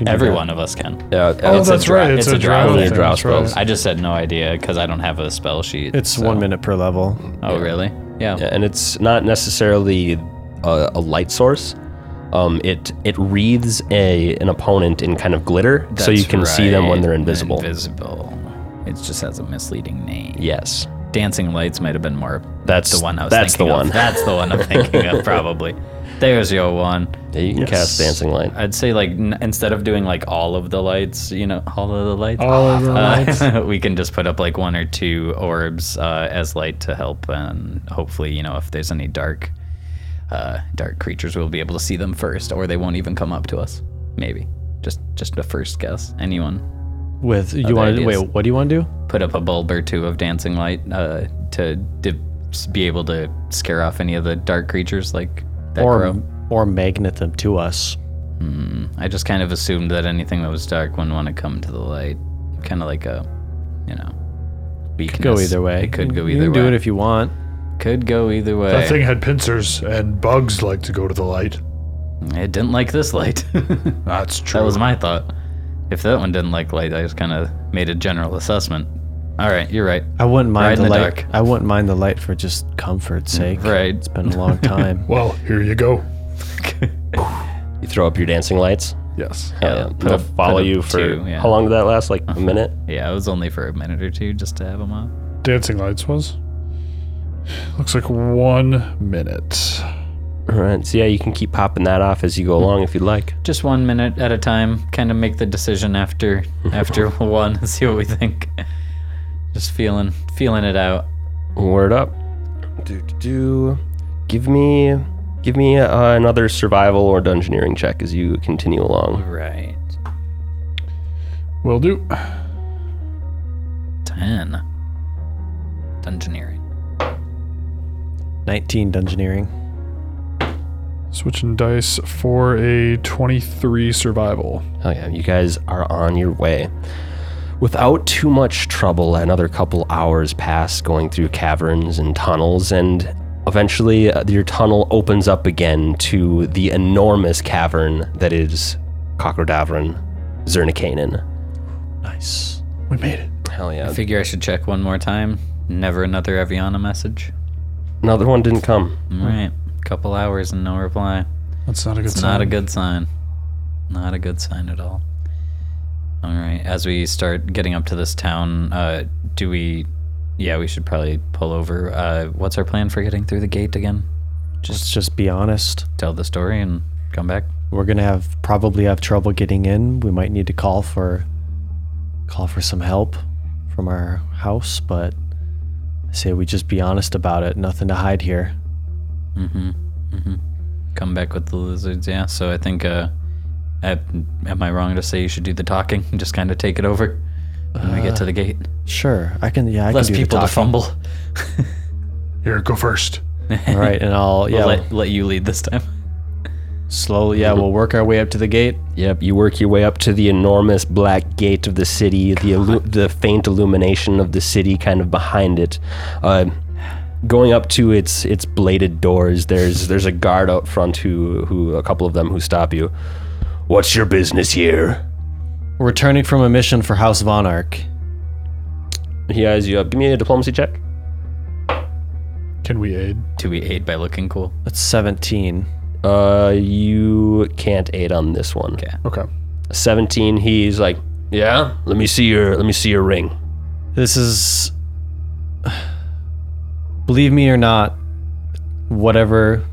S3: Every one of us can.
S1: Yeah,
S2: Oh,
S3: It's a
S2: that's
S3: dra-
S2: right. It's, a, drow.
S3: drought.
S1: only a
S2: thing,
S1: drow
S2: that's right.
S1: spells.
S3: I just had no idea because I don't have a spell sheet.
S5: It's
S3: so-
S5: one minute per level.
S3: Oh, really? Yeah.
S1: and it's not necessarily a, a light source. Um, it it wreathes a an opponent in kind of glitter, so you
S3: That's
S1: can see them when
S3: right,
S1: they're invisible.
S3: Invisible. It just has a misleading name.
S1: yes,
S3: Dancing Lights might have been more
S1: that's
S3: the one I was
S1: that's the
S3: [laughs] thinking
S1: one. [laughs]
S3: of. That's the one I'm thinking of, probably. There's your one.
S1: Yeah, you can cast dancing light.
S3: I'd say like n- instead of doing like all of the lights, you know, all of the lights,
S2: All of the lights.
S3: uh, [laughs] we can just put up like one or two orbs uh, as light to help, and hopefully, you know, if there's any dark, uh, dark creatures, we'll be able to see them first, or they won't even come up to us. Maybe just just a first guess. Anyone
S5: With you
S3: there
S5: want
S3: it
S5: to
S3: is.
S5: wait? What do you want to do?
S3: put up a bulb or two of dancing light uh, to di- be able to scare off any of the dark creatures like that
S5: or
S3: grow.
S5: or magnet them to us.
S3: I just kind of assumed that anything that was dark wouldn't want to come to the light. Kind of like a, you know, weakness.
S5: Go either way.
S3: It could go
S5: you
S3: either
S5: can
S3: way.
S5: Do it if you want.
S3: could go either way.
S2: That thing had pincers, and bugs like to go to the light.
S3: It didn't like this light. [laughs] that
S2: That's true.
S3: was my thought. If that one didn't like light, I just kind of made a general assessment. All right, you're right.
S5: I wouldn't
S3: Ride
S5: mind
S3: in
S5: the
S3: the
S5: light.
S3: dark.
S5: I wouldn't mind the light for just comfort's sake.
S3: Right.
S5: It's been a long
S3: [laughs]
S5: time.
S2: well, here you go.
S1: You throw up your dancing lights.
S2: Yes.
S1: Yeah,
S3: put
S1: Uh, they'll
S3: up-
S1: follow
S3: put up
S1: you for
S3: two, yeah. Uh-huh.
S1: how long did that last? Like a minute.
S3: Yeah, it was only for a minute or two just to have them up.
S2: Dancing lights was. Looks like one minute.
S1: All right. So yeah, you can keep popping that off as you
S3: Mm-hmm.
S1: go along if you'd like.
S3: Just one minute at a time. Kind of make the decision after after one and see what we think. Just feeling feeling it out.
S1: Word up. Do do. do. Give me, give me uh, another survival or dungeoneering check as you continue along.
S3: Right.
S2: Will do.
S3: 10. Dungeoneering.
S5: 19 dungeoneering.
S2: Switching dice for a 23 survival.
S1: Oh yeah, you guys are on your way. Without too much trouble, another couple hours pass going through caverns and tunnels, and eventually uh, your tunnel opens up again to the enormous cavern that is Kakrodavran, Zernikanen.
S5: Nice.
S2: We made it.
S1: Hell yeah.
S3: I figure I should check one more time. Never another Aviana message.
S1: Another one didn't come.
S3: All right. Couple hours and no reply.
S2: That's not a good
S3: It's
S2: sign.
S3: not a good sign. Not a good sign at all. All right. As we start getting up to this town, uh, do we. Yeah, we should probably pull over. Uh, what's our plan for getting through the gate again?
S5: Let's just be honest.
S3: Tell the story and come back?
S5: We're gonna have probably have trouble getting in. We might need to call for call for some help from our house, but I say we just be honest about it. Nothing to hide here.
S3: Come back with the lizards, yeah. So I think. Uh, I, am I wrong to say you should do the talking? [laughs] and Just kind of take it over when we get to the gate?
S5: Sure, I can. Yeah, Uh, I
S3: less
S5: can do
S3: people
S5: the
S3: to
S5: talking.
S3: fumble.
S2: Here, go first.
S5: All right, and I'll
S3: [laughs]
S5: yeah
S3: We'll let, let you lead this time. [laughs]
S5: slowly yeah we'll work our way up to the gate.
S1: Yep, you work your way up to the enormous black gate of the city, the illu- the faint illumination of the city kind of behind it. Uh, going up to its its bladed doors, there's there's a guard out front who who a couple of them who stop you. What's your business here?
S5: We're returning from a mission for House Von Ark.
S1: He eyes you up. Give me a diplomacy check.
S2: Can we aid?
S3: Do we aid by looking cool?
S5: That's 17.
S1: Uh, you can't aid on this one.
S3: Okay.
S2: Okay.
S1: 17. He's like, yeah. Let me see your let me see your ring.
S5: This is. Believe me or not, whatever,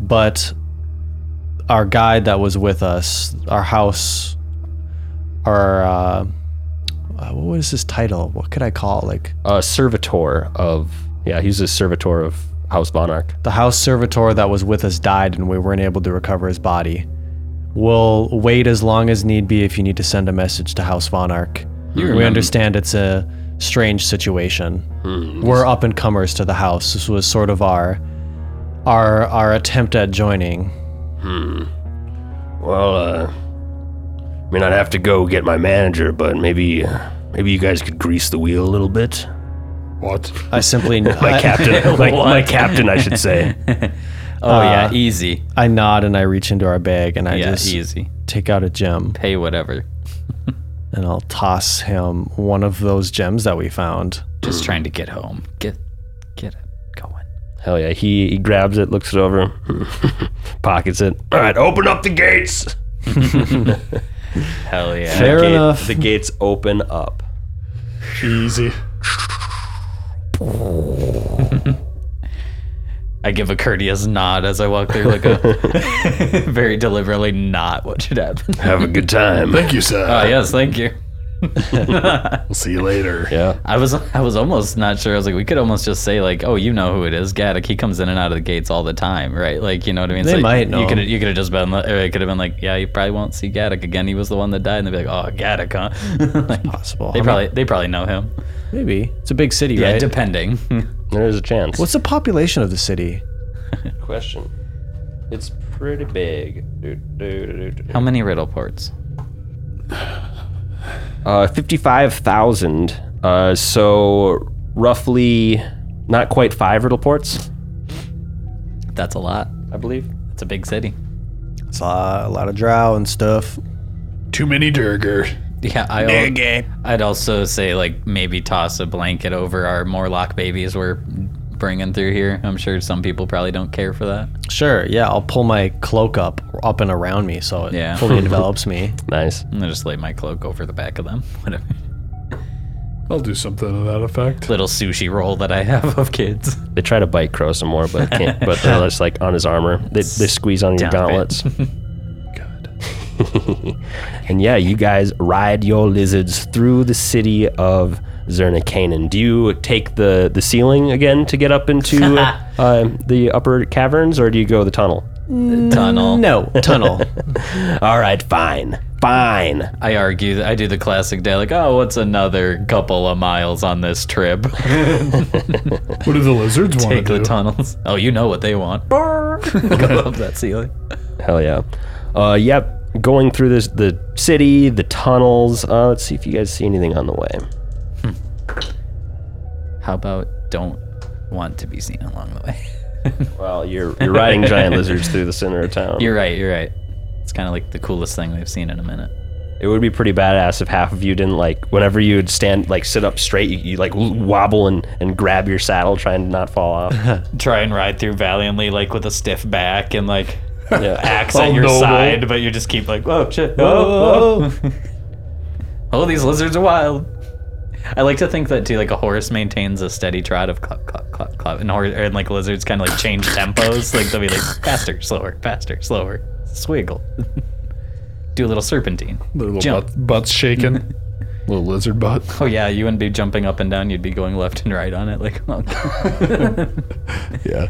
S5: but our guide that was with us, our house, our. Uh, uh, what was his title? What could I call it? Like
S1: A servitor of yeah, he's a servitor of House Vonarch.
S5: the house servitor that was with us died and we weren't able to recover his body. We'll wait as long as need be if you need to send a message to House Von Ark. We understand it's a strange situation.
S3: Hmm.
S5: We're up and comers to the house. This was sort of our our our attempt at joining.
S1: Well, uh, I mean, I'd have to go get my manager, but maybe, uh, maybe you guys could grease the wheel a little bit.
S2: What?
S3: [laughs]
S5: I simply
S1: My [laughs]
S5: I,
S1: captain, my, Uh, my captain, I should [laughs] say.
S3: Oh yeah, easy.
S5: [laughs] I nod and I reach into our bag and Uh, I
S3: Yeah,
S5: just
S3: easy.
S5: take out a gem
S3: Pay whatever.
S5: and I'll toss him one of those gems that we found.
S3: Just trying to get home. Get get it going.
S1: Hell yeah, he, he grabs it, looks it over, [laughs] pockets it. All right, open up the gates.
S3: Hell yeah.
S5: Fair
S1: Gate-
S5: enough.
S1: The gates open up.
S2: Easy.
S3: I give a courteous nod as I walk through, like a
S5: [laughs]
S3: very deliberately not what should happen.
S6: Have a good time.
S1: [laughs]
S2: Thank you, sir.
S3: Oh yes, thank you.
S2: We'll see you later.
S1: Yeah.
S3: I was I was almost not sure. I was like, we could almost just say like, oh, you know who it is, Gaddick. He comes in and out of the gates all the time, right? Like, you know what I mean? It's
S5: They
S3: like,
S5: might know.
S3: You could you could have just been. li- Or it could have been like, yeah, you probably won't see Gaddick again. He was the one that died, and they'd be like, oh, Gaddick, huh? [laughs] Like,
S5: Possible.
S3: They
S5: I'm
S3: probably they probably know him.
S5: not- maybe it's a big city,
S3: Yeah,
S5: right? [laughs]
S3: depending.
S1: There is a chance.
S5: What's the population of the city?
S1: the question? It's pretty big. Do, do, do, do, do.
S3: How many riddle ports?
S1: Uh, 55,000. Uh, so roughly not quite five riddle ports,
S3: That's a lot.
S1: I believe.
S3: It's a big city.
S5: It's a lot, a lot of drow and stuff.
S2: Too many Durger.
S3: Yeah, I. I'd also say like maybe toss a blanket over our Morlock babies we're bringing through here. I'm sure some people probably don't care for that.
S5: Sure, yeah. I'll pull my cloak up, up and around me, so it
S3: Yeah.
S5: fully envelops me.
S1: Nice.
S3: I'm gonna just lay my cloak over the back of them. [laughs] Whatever.
S2: I'll do something to that effect.
S3: Little sushi roll that I have of kids.
S1: They try to bite Crow some more, but can't. but
S3: [laughs]
S1: they're just like on his armor. They, they squeeze on your
S3: Stop it.
S1: gauntlets.
S3: [laughs]
S1: and yeah, you guys ride your lizards through the city of Zerna Canaan. Do you take the, the ceiling again to get up
S3: [laughs]
S1: into uh, the upper caverns, or do you go the tunnel?
S3: Tunnel.
S5: No tunnel.
S1: All right, fine, fine.
S3: I argue. I do the classic day like, oh, what's another couple of miles on this trip? [laughs]
S2: What do the lizards want to
S3: Take
S2: do?
S3: the tunnels. Oh, you know what they want. Go [laughs] up that ceiling.
S1: Hell yeah. Uh, yep. Going through this the city, the tunnels. Uh, let's see if you guys see anything on the way.
S3: How about don't want to be seen along the way?
S1: Well, you're you're riding
S3: [laughs]
S1: giant lizards through the center of town.
S3: You're right. You're right. It's kind of like the coolest thing they've seen in a minute.
S1: it would be pretty badass if half of you didn't like whenever you would stand like sit up straight, you, you like w- wobble and, and grab your saddle trying to not fall off.
S3: Try and ride through valiantly, like with a stiff back
S2: [laughs]
S3: and like
S1: yeah.
S3: [laughs] axe at
S2: All
S3: your
S2: noble.
S3: side, but you just keep like, oh shit, oh, [laughs] oh. oh, these lizards are wild. I like to think that too. Like a horse maintains a steady trot of clop, clop, clop, clop, and, hor- and like lizards kind of like change tempos. Like
S2: [laughs]
S3: they'll be like faster, slower, faster, slower, swiggle, [laughs] do a little serpentine.
S2: Their little
S3: Jump.
S2: butt, butts shaking.
S3: [laughs]
S2: little lizard butt.
S3: Oh yeah, you wouldn't be jumping up and down. You'd be going left and right on it. Like [laughs] oh,
S2: Yeah.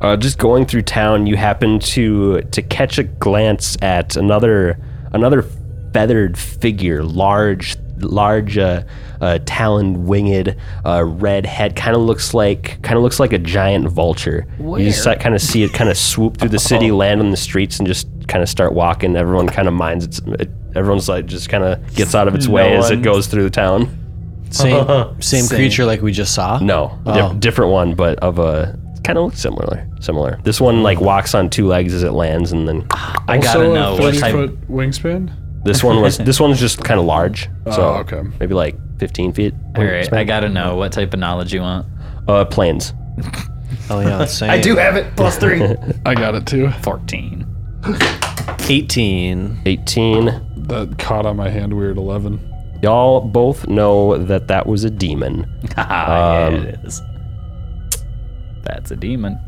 S1: Uh, just going through town, you happen to to catch a glance at another another feathered figure, large, large, uh, uh, taloned, winged, uh, red head. Kind of looks like kind of looks like a giant vulture. You just kind of see it kind of swoop through the city, land on the streets, and just kind of start walking. Everyone kind of minds its. It, everyone's like just kind of gets out of its way as it
S3: one-
S1: goes through the town.
S5: [laughs] Same, same,
S3: Same.
S5: creature like we just saw.
S1: No, di-
S5: Oh.
S1: different one, but of a kind of looks similar. Similar. This one like walks on two legs as it lands, and
S3: [laughs]
S1: then
S3: I gotta
S2: also
S3: know
S2: a
S3: what
S2: 30
S3: type.
S2: foot wingspan.
S1: This one was this one's just kind of large. So
S2: Oh, okay.
S1: maybe like 15 feet.
S3: All right, I gotta know what type of knowledge you want.
S1: Uh, planes.
S5: Oh yeah, same.
S2: have it. Plus three. I got it too.
S3: Fourteen. [laughs]
S5: 18.
S1: 18.
S2: That caught on my hand weird 11.
S1: Y'all both know that that was a demon.
S3: Ah,
S2: Um,
S3: it is. That's a demon.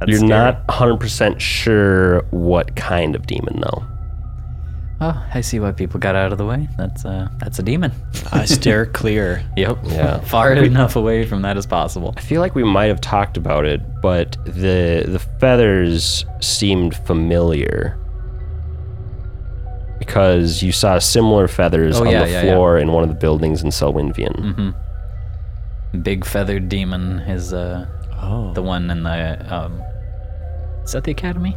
S3: That's
S1: You're
S3: scary.
S1: not 100% sure what kind of demon though.
S3: Oh, I see why people got out of the way. That's uh, that's a demon. [laughs]
S5: I stare clear.
S3: Yep.
S1: Yeah.
S3: [laughs] Far enough away from that as possible.
S1: I feel like we might have talked about it, but the the feathers seemed familiar. Because you saw similar feathers
S3: Oh,
S1: on
S3: yeah,
S1: the
S3: yeah, Mm-hmm. yeah.
S1: floor in one of the buildings in Selwynvian.
S3: Big feathered demon is uh,
S5: Oh.
S3: the one in the um. Is that the academy?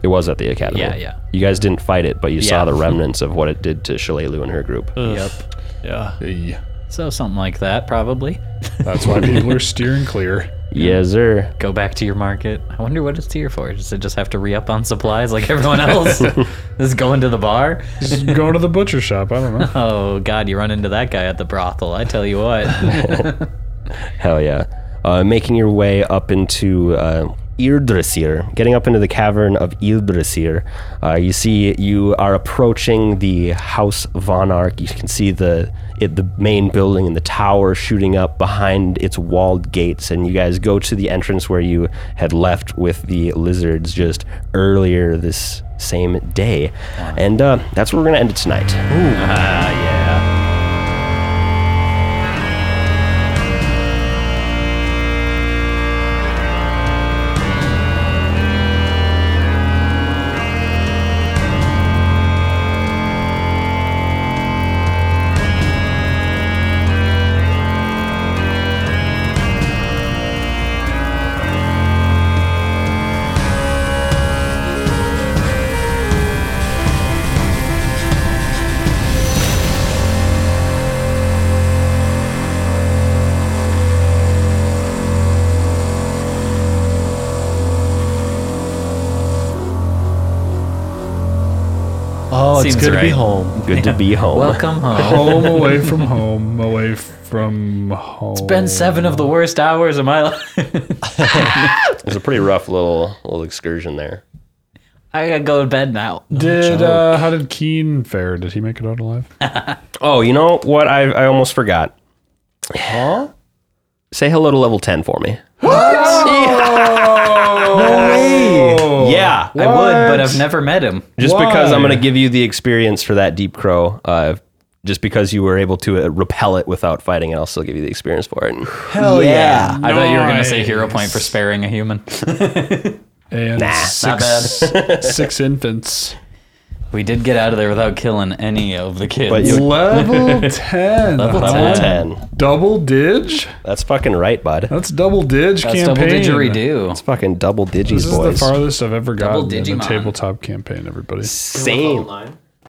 S1: It was at the academy.
S3: Yeah, yeah.
S1: You guys didn't fight it, but you
S3: Yeah.
S1: saw
S3: [laughs]
S1: the remnants of what it did to Shalelu and her group.
S5: Yep. Yeah.
S2: Hey,
S3: So something like
S2: [laughs]
S3: that, probably. [laughs]
S2: That's why people are steering clear.
S1: Yes, sir.
S3: Go back to your market. I wonder what it's here for. Does it just have to re up on supplies like
S2: [laughs]
S3: everyone else? [laughs] Just going to the bar?
S2: Just going to the butcher shop. I
S3: [laughs]
S2: don't know.
S3: Oh God, you run into that guy at the brothel. I tell you what.
S1: Hell yeah. Uh, making your way up into uh, Yggdrasil, getting up into the cavern of Yggdrasil, uh, you see you are approaching the House Vonarch. You can see the it, the main building and the tower shooting up behind its walled gates. And you guys go to the entrance where you had left with the lizards just earlier this same day. And uh, that's where we're going to end it tonight.
S5: Oh,
S3: Seems
S5: it's good to be
S3: right.
S5: home.
S1: Good to be home.
S3: Welcome home.
S2: Home away from home, away from home. It's
S3: Been seven of the worst hours of my [laughs] life.
S1: It was a pretty rough little little excursion there.
S3: I gotta go to bed now.
S2: Did uh, how did Keen fare? Did he make it out alive?
S1: Oh, you know what? I, I almost forgot. Huh? Say hello to level 10 for
S2: [gasps]
S1: me.
S2: Oh,
S1: yeah.
S3: I would, but I've never met him.
S1: Just because I'm
S2: Why?
S1: going to give you the experience for that deep crow. Uh, just because you were able to uh, repel it without fighting it, I'll still give you the experience for it. Hell yeah.
S3: I thought you were gonna say
S2: Nice.
S3: hero point for sparing a human.
S2: and
S3: Not
S2: six,
S3: bad.
S2: [laughs] six infants.
S3: We did get out of there without killing any of the kids.
S1: But you-
S3: [laughs]
S2: Level ten.
S3: Level
S1: Level
S3: 10.
S1: 10.
S2: Double dig.
S1: That's fucking right, bud.
S2: That's double dig
S3: That's double
S2: campaign.
S3: didgeridoo.
S1: It's fucking double digis,
S2: This is
S1: boys.
S2: the farthest I've ever gotten in a
S3: Digimon.
S2: tabletop campaign. Everybody.
S1: Same.